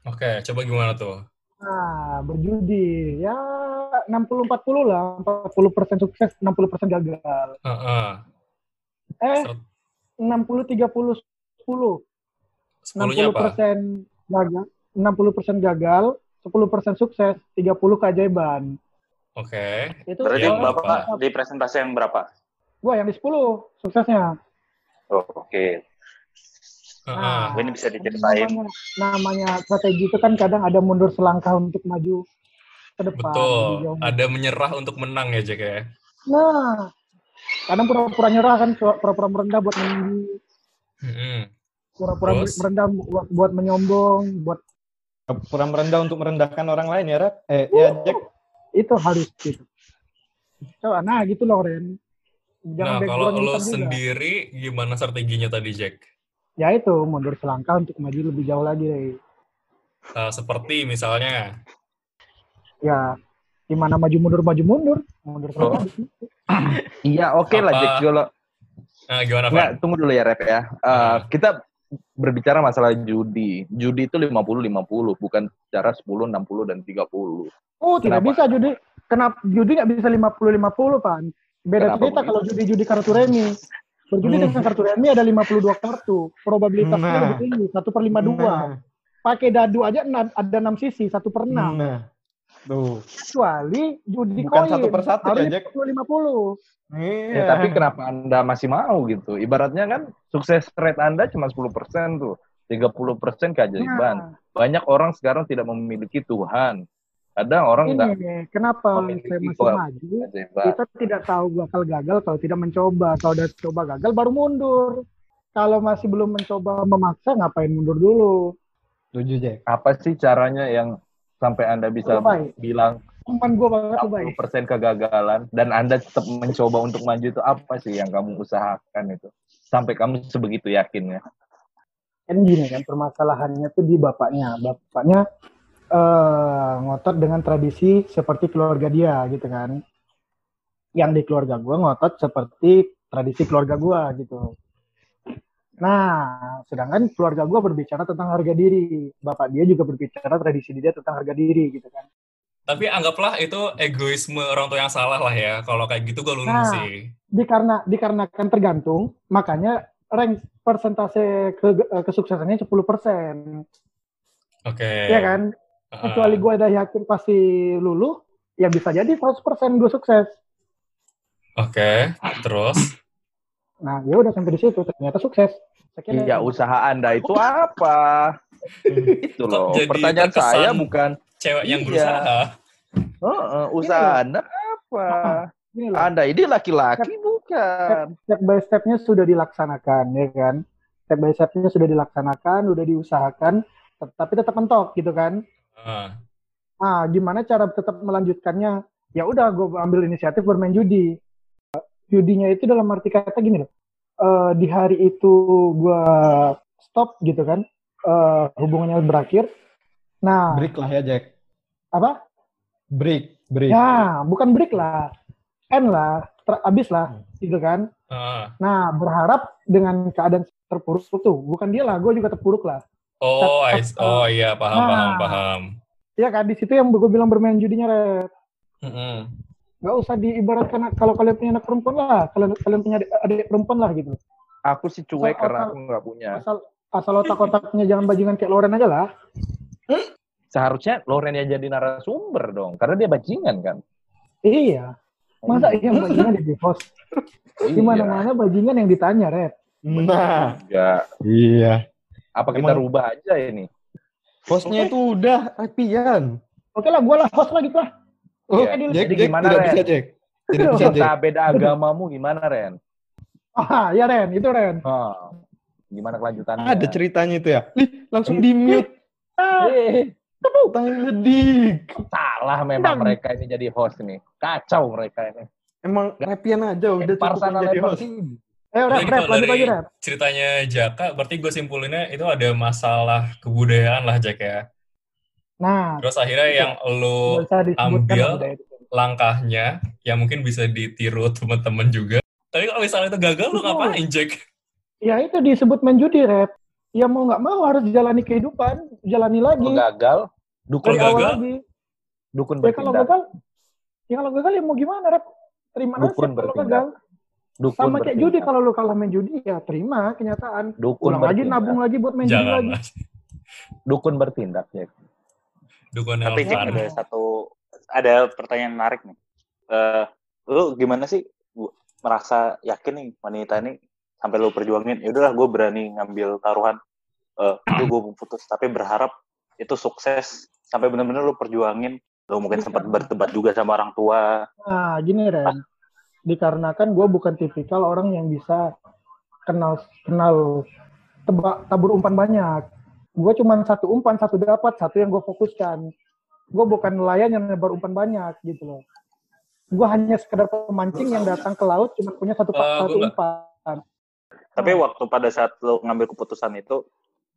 [SPEAKER 2] Oke, coba gimana tuh?
[SPEAKER 1] Nah, berjudi ya 60-40 lah, 40% sukses, 60% gagal.
[SPEAKER 2] Heeh.
[SPEAKER 1] Eh,
[SPEAKER 2] Ser-
[SPEAKER 1] 60-30-10.
[SPEAKER 2] 10-nya apa?
[SPEAKER 1] 60% gagal, 60% gagal, 10% sukses, 30 keajaiban.
[SPEAKER 2] Oke.
[SPEAKER 1] Itu
[SPEAKER 3] Berarti
[SPEAKER 2] Yang
[SPEAKER 1] gua-
[SPEAKER 2] berapa?
[SPEAKER 3] Bapak di presentasi yang berapa?
[SPEAKER 1] gua yang di 10 suksesnya.
[SPEAKER 3] Oh, oke.
[SPEAKER 2] Heeh.
[SPEAKER 1] Nah.
[SPEAKER 3] Ini bisa diceritain.
[SPEAKER 1] Namanya, namanya strategi itu kan kadang ada mundur selangkah untuk maju ke depan.
[SPEAKER 2] Betul.
[SPEAKER 1] lebih jauh.
[SPEAKER 2] Ada menyerah untuk menang ya, Jack ya.
[SPEAKER 1] Nah, kadang pura-pura nyerah kan, pura-pura merendah buat meninggi,
[SPEAKER 2] Heeh.
[SPEAKER 1] pura-pura
[SPEAKER 2] Terus?
[SPEAKER 1] merendah buat, buat menyombong, buat
[SPEAKER 6] Pura merendah untuk merendahkan orang lain ya, Rep. Eh, ya, Jack.
[SPEAKER 1] itu harus gitu. Coba, nah gitu loh Ren.
[SPEAKER 2] Nah,
[SPEAKER 1] Jangan
[SPEAKER 2] kalau
[SPEAKER 1] background
[SPEAKER 2] lo
[SPEAKER 1] hitam juga.
[SPEAKER 2] sendiri gimana strateginya tadi, Jack?
[SPEAKER 1] Ya itu, mundur selangkah untuk maju lebih jauh lagi Rey.
[SPEAKER 2] Eh, seperti misalnya,
[SPEAKER 1] Ya, gimana maju mundur maju mundur, mundur selangkah.
[SPEAKER 4] Iya, oke lah
[SPEAKER 2] Apa-
[SPEAKER 4] Jack kalau
[SPEAKER 2] eh, gimana, Pak?
[SPEAKER 4] Nggak, tunggu dulu ya Rep ya. Eh,
[SPEAKER 2] Ah.
[SPEAKER 4] kita berbicara masalah judi. Judi itu 50-50, bukan cara 10, 60, dan 30.
[SPEAKER 1] Oh, tidak
[SPEAKER 4] Kenapa?
[SPEAKER 1] bisa judi. Kenapa judi nggak bisa 50-50, Pan? Beda
[SPEAKER 4] Kenapa
[SPEAKER 1] cerita
[SPEAKER 4] begitu?
[SPEAKER 1] kalau judi-judi kartu remi. Berjudi
[SPEAKER 6] Hmm.
[SPEAKER 1] dengan kartu remi ada 52 kartu. Probabilitasnya
[SPEAKER 6] Nah.
[SPEAKER 1] lebih tinggi, 1 per 52. Pakai dadu aja na- ada 6 sisi, 1 per 6.
[SPEAKER 6] Nah. Tuh.
[SPEAKER 1] Kecuali judi
[SPEAKER 6] Bukan
[SPEAKER 1] koin.
[SPEAKER 6] satu per satu
[SPEAKER 1] harus
[SPEAKER 6] ya, Jack?
[SPEAKER 1] 50-50.
[SPEAKER 6] Iya.
[SPEAKER 4] Ya, tapi kenapa Anda masih mau gitu? Ibaratnya kan sukses rate Anda cuma 10% tuh. 30%
[SPEAKER 6] Iya,
[SPEAKER 4] keajaiban.
[SPEAKER 1] Nah,
[SPEAKER 4] Banyak orang sekarang tidak memiliki Tuhan. Kadang orang
[SPEAKER 1] Nah, ini
[SPEAKER 4] nggak
[SPEAKER 1] kenapa
[SPEAKER 4] memiliki
[SPEAKER 1] saya masih
[SPEAKER 4] kok.
[SPEAKER 1] maju?
[SPEAKER 4] keajaiban.
[SPEAKER 1] Kita tidak tahu bakal gagal kalau tidak mencoba. Kalau udah coba gagal baru mundur. Kalau masih belum mencoba memaksa ngapain mundur dulu?
[SPEAKER 6] Setuju, Jack.
[SPEAKER 4] Apa sih caranya yang sampai Anda bisa
[SPEAKER 1] Lu, Bay.
[SPEAKER 4] bilang
[SPEAKER 1] teman gue banget tuh baik
[SPEAKER 4] 60% kegagalan dan Anda tetap mencoba untuk maju itu apa sih yang kamu usahakan itu? Sampai kamu sebegitu ya? yakinnya.
[SPEAKER 1] kan gini kan permasalahannya tuh di bapaknya bapaknya eh ngotot dengan tradisi seperti keluarga dia gitu kan yang di keluarga gue ngotot seperti tradisi keluarga gue gitu nah sedangkan keluarga gue berbicara tentang harga diri bapak dia juga berbicara tradisi dia tentang harga diri gitu kan
[SPEAKER 2] Tapi anggaplah itu egoisme orang tua yang salah lah ya. Kalau kayak gitu gue lulu
[SPEAKER 1] Nah.
[SPEAKER 2] sih.
[SPEAKER 1] dikarena dikarenakan tergantung makanya rank persentase ke- eh, kesuksesannya 10%
[SPEAKER 2] Oke. Ah.
[SPEAKER 1] ya kan
[SPEAKER 2] Heeh.
[SPEAKER 1] kecuali gue udah yakin pasti lulu ya bisa jadi 100% gue sukses
[SPEAKER 2] Oke. Terus?
[SPEAKER 1] nah ya udah sampai di situ ternyata sukses Sekian
[SPEAKER 4] Iya,
[SPEAKER 1] dari-
[SPEAKER 4] usaha Anda itu apa? itu
[SPEAKER 2] Kok
[SPEAKER 4] loh.
[SPEAKER 2] jadi
[SPEAKER 4] Pertanyaan
[SPEAKER 2] terkesan-
[SPEAKER 4] saya bukan
[SPEAKER 2] Cewek yang
[SPEAKER 4] Iya.
[SPEAKER 2] berusaha.
[SPEAKER 4] Heeh, usaha Anda apa?
[SPEAKER 1] Gini loh,
[SPEAKER 4] Anda ini laki-laki bukan?
[SPEAKER 1] step by stepnya sudah dilaksanakan ya kan step by stepnya sudah dilaksanakan udah diusahakan tet- tapi tetap mentok gitu kan
[SPEAKER 2] Heeh.
[SPEAKER 1] ah gimana cara tetap melanjutkannya ya udah gue ambil inisiatif bermain judi Eh, judinya itu dalam arti kata gini loh Eh, di hari itu gue stop gitu kan Eh, hubungannya berakhir nah
[SPEAKER 6] Break lah ya, Jack.
[SPEAKER 1] apa
[SPEAKER 6] Break, break.
[SPEAKER 1] Ya, bukan break lah. End lah, ter- abis lah, gitu kan.
[SPEAKER 2] Heeh.
[SPEAKER 1] Nah, berharap dengan keadaan terpuruk tuh, bukan dia lah, gue juga terpuruk lah.
[SPEAKER 2] Oh, I- oh iya paham
[SPEAKER 1] Nah.
[SPEAKER 2] paham paham.
[SPEAKER 1] Iya kan, di situ yang gue bilang bermain judinya, Red.
[SPEAKER 2] Heeh.
[SPEAKER 1] Gak usah diibaratkan kalau kalian punya anak perempuan lah, kalian kalian punya adik, adik perempuan lah gitu.
[SPEAKER 4] Aku sih cuek
[SPEAKER 1] Soal-
[SPEAKER 4] karena aku nggak punya.
[SPEAKER 1] Asal asal otak-otaknya jangan bajingan kayak Loren aja lah.
[SPEAKER 4] Seharusnya Loren yang jadi narasumber dong, karena dia bajingan kan.
[SPEAKER 1] Iya. Masa
[SPEAKER 2] Hmm.
[SPEAKER 1] iya bajingan di host?
[SPEAKER 2] Iya.
[SPEAKER 1] Di mana-mana bajingan yang ditanya, Red.
[SPEAKER 6] Nah.
[SPEAKER 4] Iya.
[SPEAKER 6] Iya.
[SPEAKER 4] Apa kita
[SPEAKER 6] Emang-
[SPEAKER 4] rubah aja ini?
[SPEAKER 6] Bosnya itu udah eh, Pian.
[SPEAKER 1] Oke lah, gue lah host lah gitu lah.
[SPEAKER 6] Oh,
[SPEAKER 4] Iya.
[SPEAKER 6] Jack,
[SPEAKER 4] Jadi
[SPEAKER 6] Jack,
[SPEAKER 4] gimana,
[SPEAKER 6] tidak
[SPEAKER 4] Ren?
[SPEAKER 6] bisa, Jack. Tidak bisa,
[SPEAKER 4] Kita
[SPEAKER 6] Jack.
[SPEAKER 4] beda agamamu gimana, Ren?
[SPEAKER 1] Ah, ya Ren, itu Ren.
[SPEAKER 4] Ah, Gimana kelanjutannya?
[SPEAKER 6] Ada ceritanya itu ya. Lih, langsung di mute.
[SPEAKER 1] Ah,
[SPEAKER 4] Eh,
[SPEAKER 6] Tepuk tangan dik.
[SPEAKER 4] Salah memang mereka ini jadi host nih. Kacau mereka ini.
[SPEAKER 6] Emang Repian aja udah
[SPEAKER 4] Lempar
[SPEAKER 6] cukup
[SPEAKER 4] sana,
[SPEAKER 6] jadi
[SPEAKER 4] lempar
[SPEAKER 6] host.
[SPEAKER 1] Eh, udah,
[SPEAKER 2] Jadi
[SPEAKER 1] rap,
[SPEAKER 2] kalau dari
[SPEAKER 1] lanjut lagi, rap.
[SPEAKER 2] Ceritanya Jaka, berarti gue simpulinnya itu ada masalah kebudayaan lah, Jack ya.
[SPEAKER 1] Nah,
[SPEAKER 2] Terus akhirnya yang
[SPEAKER 1] nggak
[SPEAKER 2] lo
[SPEAKER 1] usah disebutkan
[SPEAKER 2] Oh, ambil.
[SPEAKER 1] lah budaya itu.
[SPEAKER 2] langkahnya, yang mungkin bisa ditiru teman-teman juga. Tapi kalau misalnya itu gagal, lo ngapain, Jack?
[SPEAKER 1] Ya itu disebut menjudi, rap. Ya mau nggak mau harus jalani kehidupan, jalani lagi.
[SPEAKER 4] Kalau gagal, dukun
[SPEAKER 1] dari
[SPEAKER 2] kalau
[SPEAKER 1] awal
[SPEAKER 2] gagal?
[SPEAKER 1] lagi.
[SPEAKER 4] dukun
[SPEAKER 1] Ya kalau
[SPEAKER 4] bertindak.
[SPEAKER 1] gagal, ya kalau gagal ya mau gimana, rap? Terima
[SPEAKER 4] Dukun
[SPEAKER 1] nasib kalau
[SPEAKER 4] bertindak.
[SPEAKER 1] gagal.
[SPEAKER 4] Dukun
[SPEAKER 1] Sama kayak judi,
[SPEAKER 4] bertindak.
[SPEAKER 1] kalau lu kalah main judi, ya terima kenyataan.
[SPEAKER 4] Dukun
[SPEAKER 1] Ulang lagi,
[SPEAKER 4] bertindak.
[SPEAKER 1] nabung lagi buat main judi lagi.
[SPEAKER 2] Jangan.
[SPEAKER 4] Dukun bertindak, ya. Jack.
[SPEAKER 2] Dukungan
[SPEAKER 3] Tapi Jack
[SPEAKER 2] Alvan.
[SPEAKER 3] ada satu ada pertanyaan menarik nih. Eh, lu gimana sih Bu, merasa yakin nih wanita ini sampai lu perjuangin? Ya udahlah, gue berani ngambil taruhan. Eh, lu gue mau putus, tapi berharap itu sukses sampai benar-benar lu perjuangin. Lu mungkin sempat berdebat juga sama orang tua.
[SPEAKER 1] Nah, gini Ren, dikarenakan gue bukan tipikal orang yang bisa kenal kenal tebak tabur umpan banyak. Gue cuma satu umpan satu dapat satu yang gue fokuskan. Gue bukan nelayan yang nebar umpan banyak gitu loh. Gue hanya sekedar pemancing yang datang ke laut cuma punya satu
[SPEAKER 2] Wah,
[SPEAKER 1] satu
[SPEAKER 2] Eh, gua nggak-
[SPEAKER 1] umpan.
[SPEAKER 3] Tapi
[SPEAKER 2] Hmm.
[SPEAKER 3] waktu pada saat lu ngambil keputusan itu,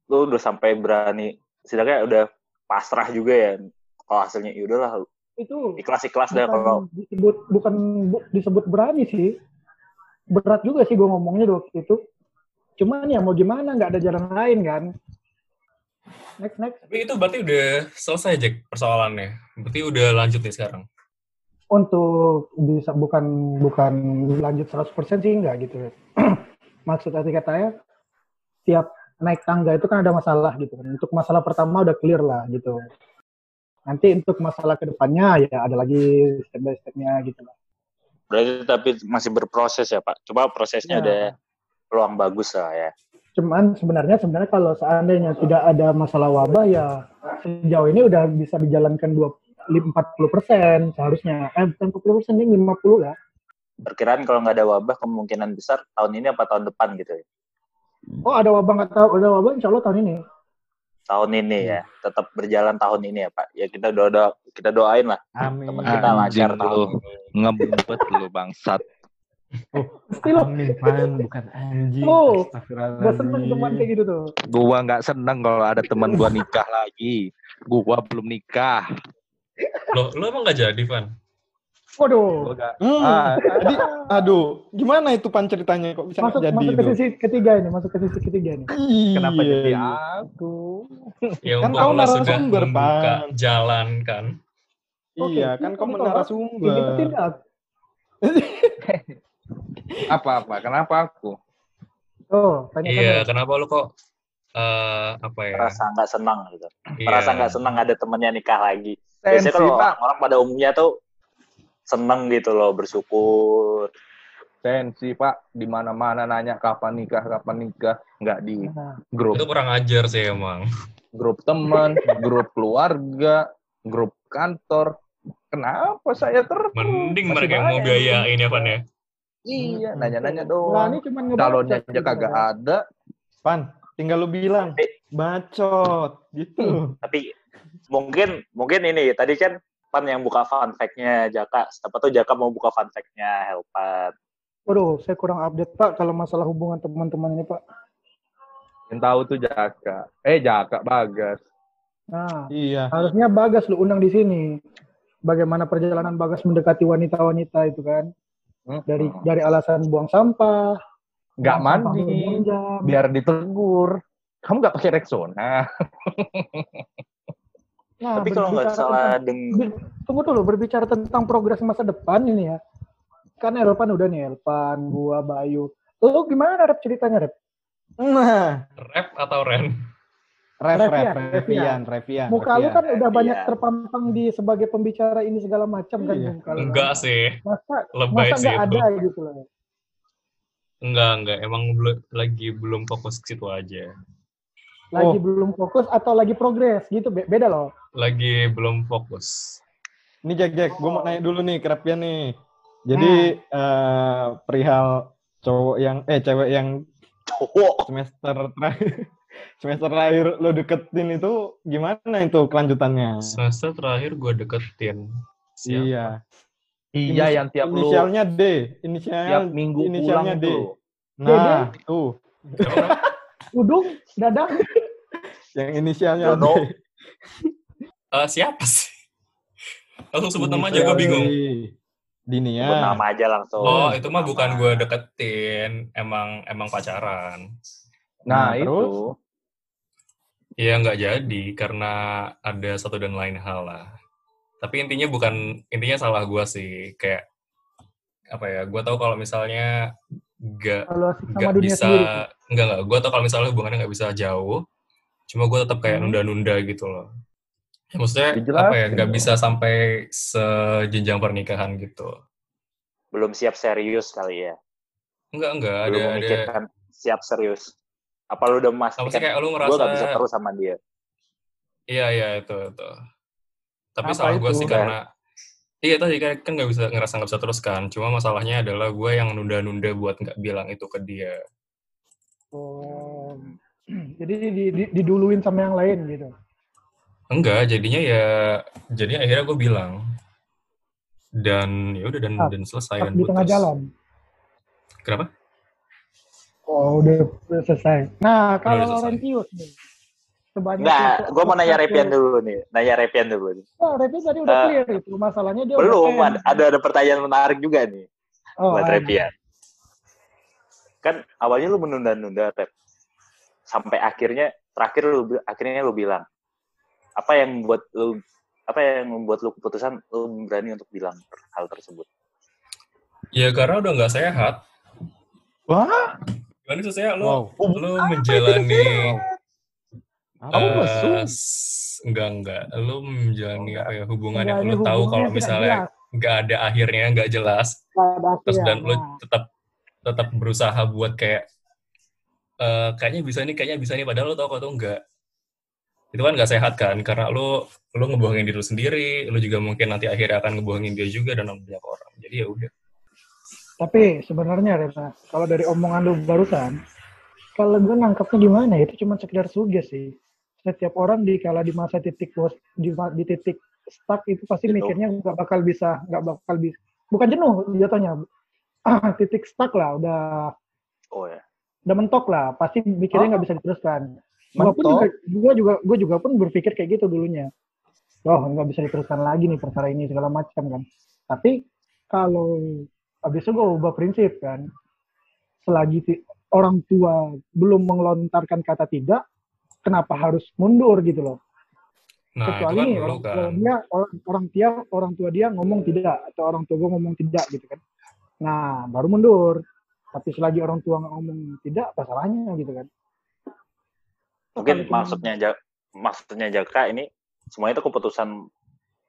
[SPEAKER 3] lu udah sampai berani, setidaknya udah pasrah juga ya. Kalau hasilnya ya udahlah,
[SPEAKER 1] Itu
[SPEAKER 3] ikhlas-ikhlas
[SPEAKER 2] Hmm.
[SPEAKER 3] dah Nah, kalau
[SPEAKER 1] bukan disebut bukan bu- disebut berani sih berat juga sih gue ngomongnya dok itu cuman ya mau gimana nggak ada jalan lain kan next next
[SPEAKER 2] Tapi itu berarti udah selesai, Jack, persoalannya. Berarti udah lanjut nih sekarang.
[SPEAKER 1] untuk bisa bukan bukan lanjut 100% sih enggak gitu ya. maksud arti katanya tiap naik tangga itu kan ada masalah gitu kan untuk masalah pertama udah clear lah gitu nanti untuk masalah kedepannya ya ada lagi step by stepnya gitu lah
[SPEAKER 3] Berarti tapi masih berproses ya Pak. Coba prosesnya
[SPEAKER 1] Ya.
[SPEAKER 3] ada peluang bagus lah ya.
[SPEAKER 1] cuman sebenarnya sebenarnya kalau seandainya tidak ada masalah wabah ya sejauh ini udah bisa dijalankan 20, 40% seharusnya eh bukan 40% ini 50 lah
[SPEAKER 3] Perkiraan kalau nggak ada wabah kemungkinan besar tahun ini apa tahun depan gitu ya.
[SPEAKER 1] oh ada wabah nggak tahu ada wabah insya Allah tahun ini
[SPEAKER 3] Tahun ini ya,
[SPEAKER 2] Hmm.
[SPEAKER 3] tetap berjalan tahun ini ya Pak. Ya kita doa kita doain lah
[SPEAKER 6] Amin.
[SPEAKER 3] teman kita
[SPEAKER 6] Amin.
[SPEAKER 3] lancar
[SPEAKER 4] Anjing
[SPEAKER 3] tahun
[SPEAKER 4] lu.
[SPEAKER 3] ini.
[SPEAKER 4] Ngebet lu bangsat.
[SPEAKER 1] pasti lah
[SPEAKER 6] Man, bukan anjing.
[SPEAKER 1] Oh, gue seneng teman
[SPEAKER 6] Astagfirullahaladzim.
[SPEAKER 1] kayak gitu tuh
[SPEAKER 4] Gua nggak seneng kalau ada teman gua nikah lagi. Gua belum nikah.
[SPEAKER 2] Lo, lo emang gak jadi, Van?
[SPEAKER 1] waduh
[SPEAKER 4] Gua nggak-
[SPEAKER 6] Hmm.
[SPEAKER 4] Ah,
[SPEAKER 6] Jadi, aduh, gimana itu pan ceritanya kok bisa
[SPEAKER 1] masuk
[SPEAKER 6] nggak jadi
[SPEAKER 1] masuk ke
[SPEAKER 6] itu?
[SPEAKER 1] sisi ketiga ini masuk ke sisi ketiga ini
[SPEAKER 4] kenapa
[SPEAKER 6] Iya,
[SPEAKER 4] jadi
[SPEAKER 6] iya.
[SPEAKER 4] aku?
[SPEAKER 2] Ya,
[SPEAKER 6] Kan
[SPEAKER 2] mumpung
[SPEAKER 6] kau
[SPEAKER 2] lo sudah
[SPEAKER 6] narasumber,
[SPEAKER 2] membuka
[SPEAKER 6] Pan.
[SPEAKER 2] jalan, kan?
[SPEAKER 1] Oke,
[SPEAKER 6] Iya, kan
[SPEAKER 1] kita
[SPEAKER 6] kau
[SPEAKER 1] ditolak, kayak gitu
[SPEAKER 6] narasumber.
[SPEAKER 1] tidak
[SPEAKER 4] Apa-apa? Kenapa aku?
[SPEAKER 1] oh tanya
[SPEAKER 2] Iya, kenapa lo kok eh, apa ya?
[SPEAKER 3] Merasa nggak senang gitu.
[SPEAKER 2] Iya.
[SPEAKER 3] Merasa nggak senang ada temannya nikah lagi.
[SPEAKER 4] Sensi,
[SPEAKER 3] Biasanya kalau
[SPEAKER 4] Pak.
[SPEAKER 3] orang pada umumnya tuh seneng gitu loh, bersyukur.
[SPEAKER 4] Sensi, Pak. Di mana-mana nanya kapan nikah, kapan nikah. Nggak
[SPEAKER 6] Iya.
[SPEAKER 4] di
[SPEAKER 1] Nah,
[SPEAKER 4] grup
[SPEAKER 2] Itu kurang ajar sih emang.
[SPEAKER 4] grup teman, grup keluarga, grup kantor. Kenapa saya terus?
[SPEAKER 1] Hmm,
[SPEAKER 2] Mending
[SPEAKER 4] Masih
[SPEAKER 2] mereka yang mau
[SPEAKER 4] banyak.
[SPEAKER 2] biayain ya, Van ya?
[SPEAKER 4] Iya,
[SPEAKER 6] Hmm. Nah,
[SPEAKER 4] nanya-nanya
[SPEAKER 1] berani
[SPEAKER 4] doang.
[SPEAKER 1] cuman ngebaca
[SPEAKER 4] Calonnya aja
[SPEAKER 1] gitu
[SPEAKER 4] kagak
[SPEAKER 6] ya?
[SPEAKER 1] kan.
[SPEAKER 4] ada.
[SPEAKER 6] Pan, tinggal lu bilang, bacot, gitu.
[SPEAKER 3] tapi mungkin mungkin ini tadi kan Pan yang buka fun fact-nya Jaka. Siapa tuh Jaka mau buka fun fact-nya Helpan.
[SPEAKER 1] waduh saya kurang update pak kalau masalah hubungan teman-teman ini pak
[SPEAKER 4] Yang tahu tuh Jaka. Eh, Jaka Bagas.
[SPEAKER 1] nah
[SPEAKER 6] Iya.
[SPEAKER 1] harusnya Bagas lu undang di sini bagaimana perjalanan Bagas mendekati wanita-wanita itu kan dari dari alasan buang sampah
[SPEAKER 4] nggak
[SPEAKER 1] buang sampah
[SPEAKER 4] mandi,
[SPEAKER 1] berjam-jam.
[SPEAKER 4] biar ditegur. Kamu nggak pakai Rexona.
[SPEAKER 1] Nah,
[SPEAKER 3] Tapi kalau nggak
[SPEAKER 1] berbicara
[SPEAKER 3] salah
[SPEAKER 1] tentang-
[SPEAKER 3] deng
[SPEAKER 1] Bil- tunggu dulu berbicara tentang progres masa depan ini ya. Kan Elvan udah nih Elvan, gua Bayu. Lu gimana rep ceritanya rep?
[SPEAKER 6] Nah,
[SPEAKER 2] Rap atau Ren?
[SPEAKER 6] ref, ref,
[SPEAKER 1] Revian,
[SPEAKER 6] revian, revian.
[SPEAKER 1] Muka lu kan udah
[SPEAKER 3] Iya.
[SPEAKER 1] banyak terpampang di sebagai pembicara ini segala macam kan
[SPEAKER 6] Iya.
[SPEAKER 1] muka lu.
[SPEAKER 2] Enggak sih.
[SPEAKER 1] Masa
[SPEAKER 2] Lebay
[SPEAKER 1] masa
[SPEAKER 2] sih
[SPEAKER 1] nggak
[SPEAKER 2] itu.
[SPEAKER 1] ada gitu loh.
[SPEAKER 2] Enggak, enggak. Emang bel- lagi belum fokus ke situ aja.
[SPEAKER 1] Lagi
[SPEAKER 6] Oh.
[SPEAKER 1] belum fokus atau lagi progres gitu be- beda loh.
[SPEAKER 2] Lagi belum fokus.
[SPEAKER 6] Ini Jack Jack, gue mau nanya dulu nih ke Repian nih. Jadi eh, perihal cowok yang eh cewek yang
[SPEAKER 3] cowok.
[SPEAKER 6] semester terakhir semester terakhir lo deketin itu gimana itu kelanjutannya?
[SPEAKER 2] Semester terakhir gue deketin. Siapa?
[SPEAKER 6] Iya.
[SPEAKER 4] Iya yang tiap lu Iya,
[SPEAKER 6] Inisialnya D.
[SPEAKER 4] tiap
[SPEAKER 6] Inisialnya
[SPEAKER 4] minggu
[SPEAKER 6] inisialnya
[SPEAKER 4] pulang
[SPEAKER 6] D.
[SPEAKER 4] itu loh.
[SPEAKER 6] Nah, tuh.
[SPEAKER 2] Emang-
[SPEAKER 1] Udung, Dadang,
[SPEAKER 6] Yang inisialnya
[SPEAKER 3] Dono.
[SPEAKER 6] D.
[SPEAKER 2] eh, siapa sih? Langsung sebut nama
[SPEAKER 6] Iya,
[SPEAKER 2] aja gue bingung.
[SPEAKER 6] Dinia.
[SPEAKER 3] Sebut nama aja langsung.
[SPEAKER 2] Oh, itu mah bukan gue deketin, emang emang pacaran.
[SPEAKER 4] Nah,
[SPEAKER 6] Nah,
[SPEAKER 4] itu
[SPEAKER 6] terus?
[SPEAKER 2] Iya nggak jadi karena ada satu dan lain hal lah. Tapi intinya bukan intinya salah gue sih kayak apa ya? Gue tahu kalau misalnya nggak
[SPEAKER 1] evaluasi sama
[SPEAKER 2] nggak
[SPEAKER 1] dunia
[SPEAKER 2] bisa
[SPEAKER 1] sendiri.
[SPEAKER 2] nggak nggak. Gue tau kalau misalnya hubungannya nggak bisa jauh, cuma gue tetap kayak
[SPEAKER 1] Hmm.
[SPEAKER 2] nunda-nunda gitu loh. Ya, maksudnya
[SPEAKER 4] Dijelasin
[SPEAKER 2] apa ya? Nggak
[SPEAKER 4] dong.
[SPEAKER 2] bisa sampai sejenjang pernikahan gitu.
[SPEAKER 3] Belum siap serius kali ya.
[SPEAKER 2] Enggak enggak ada
[SPEAKER 3] Belum
[SPEAKER 2] ada.
[SPEAKER 3] memikirkan siap serius. Apa lu udah
[SPEAKER 2] Apa sih
[SPEAKER 3] memastikan
[SPEAKER 2] kayak lu
[SPEAKER 3] gue
[SPEAKER 2] ngerasa?
[SPEAKER 3] gak bisa terus sama dia?
[SPEAKER 2] Iya iya itu itu. Tapi
[SPEAKER 6] Apa
[SPEAKER 2] salah gue
[SPEAKER 6] itu?
[SPEAKER 2] sih karena iya tadi kan kan nggak bisa ngerasa nggak bisa terus kan. Cuma masalahnya adalah gue yang nunda-nunda buat nggak bilang itu ke dia.
[SPEAKER 1] Oh. Jadi di, di- diduluin sama yang lain gitu.
[SPEAKER 2] Enggak, jadinya ya jadinya akhirnya gue bilang dan ya udah dan
[SPEAKER 1] Ah,
[SPEAKER 2] dan selesai
[SPEAKER 1] Pas
[SPEAKER 2] dan
[SPEAKER 1] di tengah
[SPEAKER 2] putus.
[SPEAKER 1] jalan.
[SPEAKER 2] Kenapa?
[SPEAKER 1] Oh, udah, udah selesai. Nah, kalau
[SPEAKER 2] selesai.
[SPEAKER 1] Laurentius nih. Sebanyak
[SPEAKER 3] Enggak,
[SPEAKER 1] waktu-
[SPEAKER 3] gue mau nanya
[SPEAKER 1] waktu-
[SPEAKER 3] Repian dulu nih. Nanya Repian dulu. nih.
[SPEAKER 1] Oh, Repian tadi udah
[SPEAKER 3] Eh,
[SPEAKER 1] clear itu. Masalahnya dia
[SPEAKER 3] Belum,
[SPEAKER 1] udah
[SPEAKER 3] ada, ada ada pertanyaan menarik juga nih
[SPEAKER 1] Oh,
[SPEAKER 3] buat
[SPEAKER 1] ada.
[SPEAKER 3] Repian. Kan awalnya lu menunda-nunda Rep. Sampai akhirnya terakhir lu bi- akhirnya lu bilang apa yang membuat lu apa yang membuat lu keputusan lu berani untuk bilang hal tersebut.
[SPEAKER 2] Ya karena udah nggak sehat.
[SPEAKER 6] Wah,
[SPEAKER 2] Gimana sih saya
[SPEAKER 6] wow.
[SPEAKER 2] lo lo menjalani
[SPEAKER 6] Kamu
[SPEAKER 2] Eh,
[SPEAKER 6] mesum.
[SPEAKER 2] s- enggak enggak lu menjalani apa ya hubungan
[SPEAKER 1] Oh, Menjalani
[SPEAKER 2] yang lu tahu
[SPEAKER 1] hubungan
[SPEAKER 2] kalau
[SPEAKER 1] yang tidak
[SPEAKER 2] misalnya nggak ada akhirnya nggak jelas
[SPEAKER 1] Ada
[SPEAKER 2] terus
[SPEAKER 1] akhirnya.
[SPEAKER 2] dan lu
[SPEAKER 1] Nah,
[SPEAKER 2] tetap tetap berusaha buat kayak eh, kayaknya bisa nih kayaknya bisa nih padahal lu tahu kalau tuh enggak itu kan nggak sehat kan karena lu lu ngebohongin diri lu sendiri lu juga mungkin nanti akhirnya akan ngebohongin dia juga dan banyak orang jadi ya udah
[SPEAKER 1] Tapi sebenarnya Rena, kalau dari omongan lu barusan, kalau gue nangkapnya gimana ya, itu cuma sekedar sugesti sih. Setiap orang di kala di masa titik bos- di, ma- di titik stuck itu pasti
[SPEAKER 3] Jenuh.
[SPEAKER 1] mikirnya nggak bakal bisa, nggak bakal bisa. Bukan jenuh jatuhnya. Ah, titik stuck lah, udah
[SPEAKER 3] Oh ya.
[SPEAKER 1] udah mentok lah, pasti mikirnya nggak bisa diteruskan. Gua pun juga,
[SPEAKER 6] Mentok?
[SPEAKER 1] gua juga, gua juga pun berpikir kayak gitu dulunya. Oh, nggak bisa diteruskan lagi nih perkara ini segala macam kan. Tapi kalau abis itu gue ubah prinsip kan, selagi ti- orang tua belum melontarkan kata tidak, kenapa harus mundur gitu loh?
[SPEAKER 2] nah itu
[SPEAKER 1] Kecuali
[SPEAKER 2] kan
[SPEAKER 1] nih
[SPEAKER 2] lu
[SPEAKER 1] orang tua
[SPEAKER 2] kan
[SPEAKER 1] dia, orang, orang dia, orang tua dia ngomong tidak atau orang tua gue ngomong tidak gitu kan. Nah, baru mundur. Tapi selagi orang tua nggak ngomong tidak, apa salahnya gitu kan?
[SPEAKER 3] Mungkin
[SPEAKER 1] Kalau cuma-
[SPEAKER 3] maksudnya Ja- maksudnya Jaka ini semuanya itu keputusan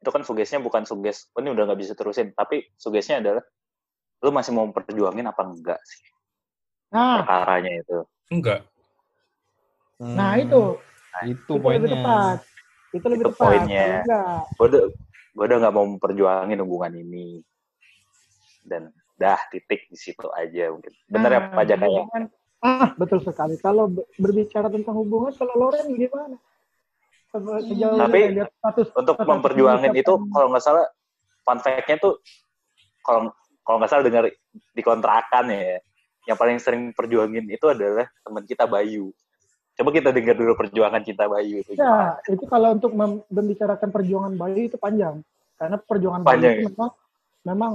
[SPEAKER 3] itu kan sugesnya bukan suges "Oh, ini udah nggak bisa terusin tapi sugesnya adalah lu masih mau perjuangin apa enggak sih
[SPEAKER 1] Nah,
[SPEAKER 3] perkaranya itu
[SPEAKER 2] enggak
[SPEAKER 1] nah
[SPEAKER 6] Hmm,
[SPEAKER 1] itu
[SPEAKER 6] Itu
[SPEAKER 1] itu lebih tepat.
[SPEAKER 6] poinnya.
[SPEAKER 1] Itu lebih
[SPEAKER 3] Itu
[SPEAKER 1] tepat.
[SPEAKER 3] poinnya.
[SPEAKER 1] Kalau enggak,
[SPEAKER 3] gue udah gue udah nggak mau memperjuangin hubungan ini dan dah titik di situ aja mungkin bener ya
[SPEAKER 1] Nah,
[SPEAKER 3] Pak Jaka ya
[SPEAKER 1] hubungan- Ah, betul sekali. Kalau be- berbicara tentang hubungan, kalau Loren gimana? Se- Sejauh
[SPEAKER 3] Tapi,
[SPEAKER 1] yang lihat status
[SPEAKER 3] untuk
[SPEAKER 1] status
[SPEAKER 3] memperjuangin itu
[SPEAKER 1] ucapan-
[SPEAKER 3] kalau nggak salah fun fact-nya tuh kalau kalau nggak salah dengar di kontrakan ya yang paling sering perjuangin itu adalah teman kita Bayu coba kita dengar dulu perjuangan cinta Bayu itu gimana
[SPEAKER 1] Ya, itu kalau untuk mem- membicarakan perjuangan bayi itu panjang. Karena perjuangan
[SPEAKER 3] Panjang,
[SPEAKER 1] bayi itu memang, memang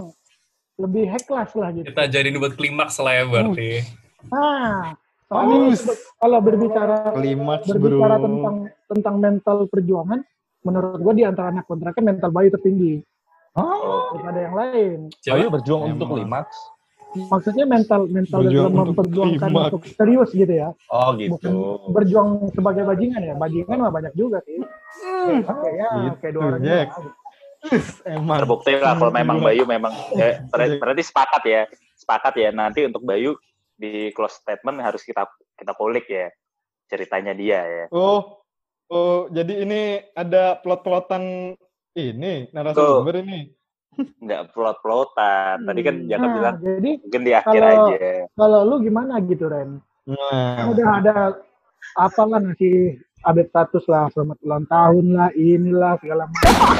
[SPEAKER 1] lebih heklas lah gitu.
[SPEAKER 2] kita jadiin buat klimaks lah ya berarti
[SPEAKER 1] Hmm. Nah, soalnya
[SPEAKER 6] Us.
[SPEAKER 1] untuk- kalau berbicara
[SPEAKER 6] Klimaks,
[SPEAKER 1] berbicara
[SPEAKER 6] bro.
[SPEAKER 1] tentang tentang mental perjuangan, menurut gua di antara anak kontrakan mental bayi tertinggi
[SPEAKER 3] oh
[SPEAKER 1] daripada yang lain.
[SPEAKER 2] Coba.
[SPEAKER 4] Bayu berjuang
[SPEAKER 6] Emang.
[SPEAKER 4] untuk klimaks.
[SPEAKER 1] maksudnya mental mental
[SPEAKER 6] Berjuang
[SPEAKER 1] dalam
[SPEAKER 6] untuk
[SPEAKER 1] memperjuangkan
[SPEAKER 6] terima.
[SPEAKER 1] untuk serius gitu ya
[SPEAKER 4] Oh
[SPEAKER 1] bukan berjuang sebagai bajingan ya bajingan mah banyak juga sih Kayak- kayak ya, kayak dua
[SPEAKER 6] Hmm. gitu,
[SPEAKER 1] orang
[SPEAKER 6] Jack.
[SPEAKER 1] doang.
[SPEAKER 6] Emang.
[SPEAKER 3] terbukti lah kalau memang
[SPEAKER 6] Gila.
[SPEAKER 3] Bayu memang eh, ber- berarti sepakat ya sepakat ya nanti untuk Bayu di close statement harus kita kita kulik ya ceritanya dia ya
[SPEAKER 6] Oh, oh, jadi ini ada plot-plotan ini narasumber ini.
[SPEAKER 3] nggak plot plotan tadi kan
[SPEAKER 6] Hmm.
[SPEAKER 3] jangan
[SPEAKER 1] nah
[SPEAKER 3] bilang
[SPEAKER 1] jadi
[SPEAKER 3] mungkin di akhir
[SPEAKER 1] Kalau-
[SPEAKER 3] aja
[SPEAKER 1] kalau lu gimana gitu Ren
[SPEAKER 6] Nah,
[SPEAKER 1] udah ada apalah ngasih update status lah selamat ulang tahun lah inilah segala macam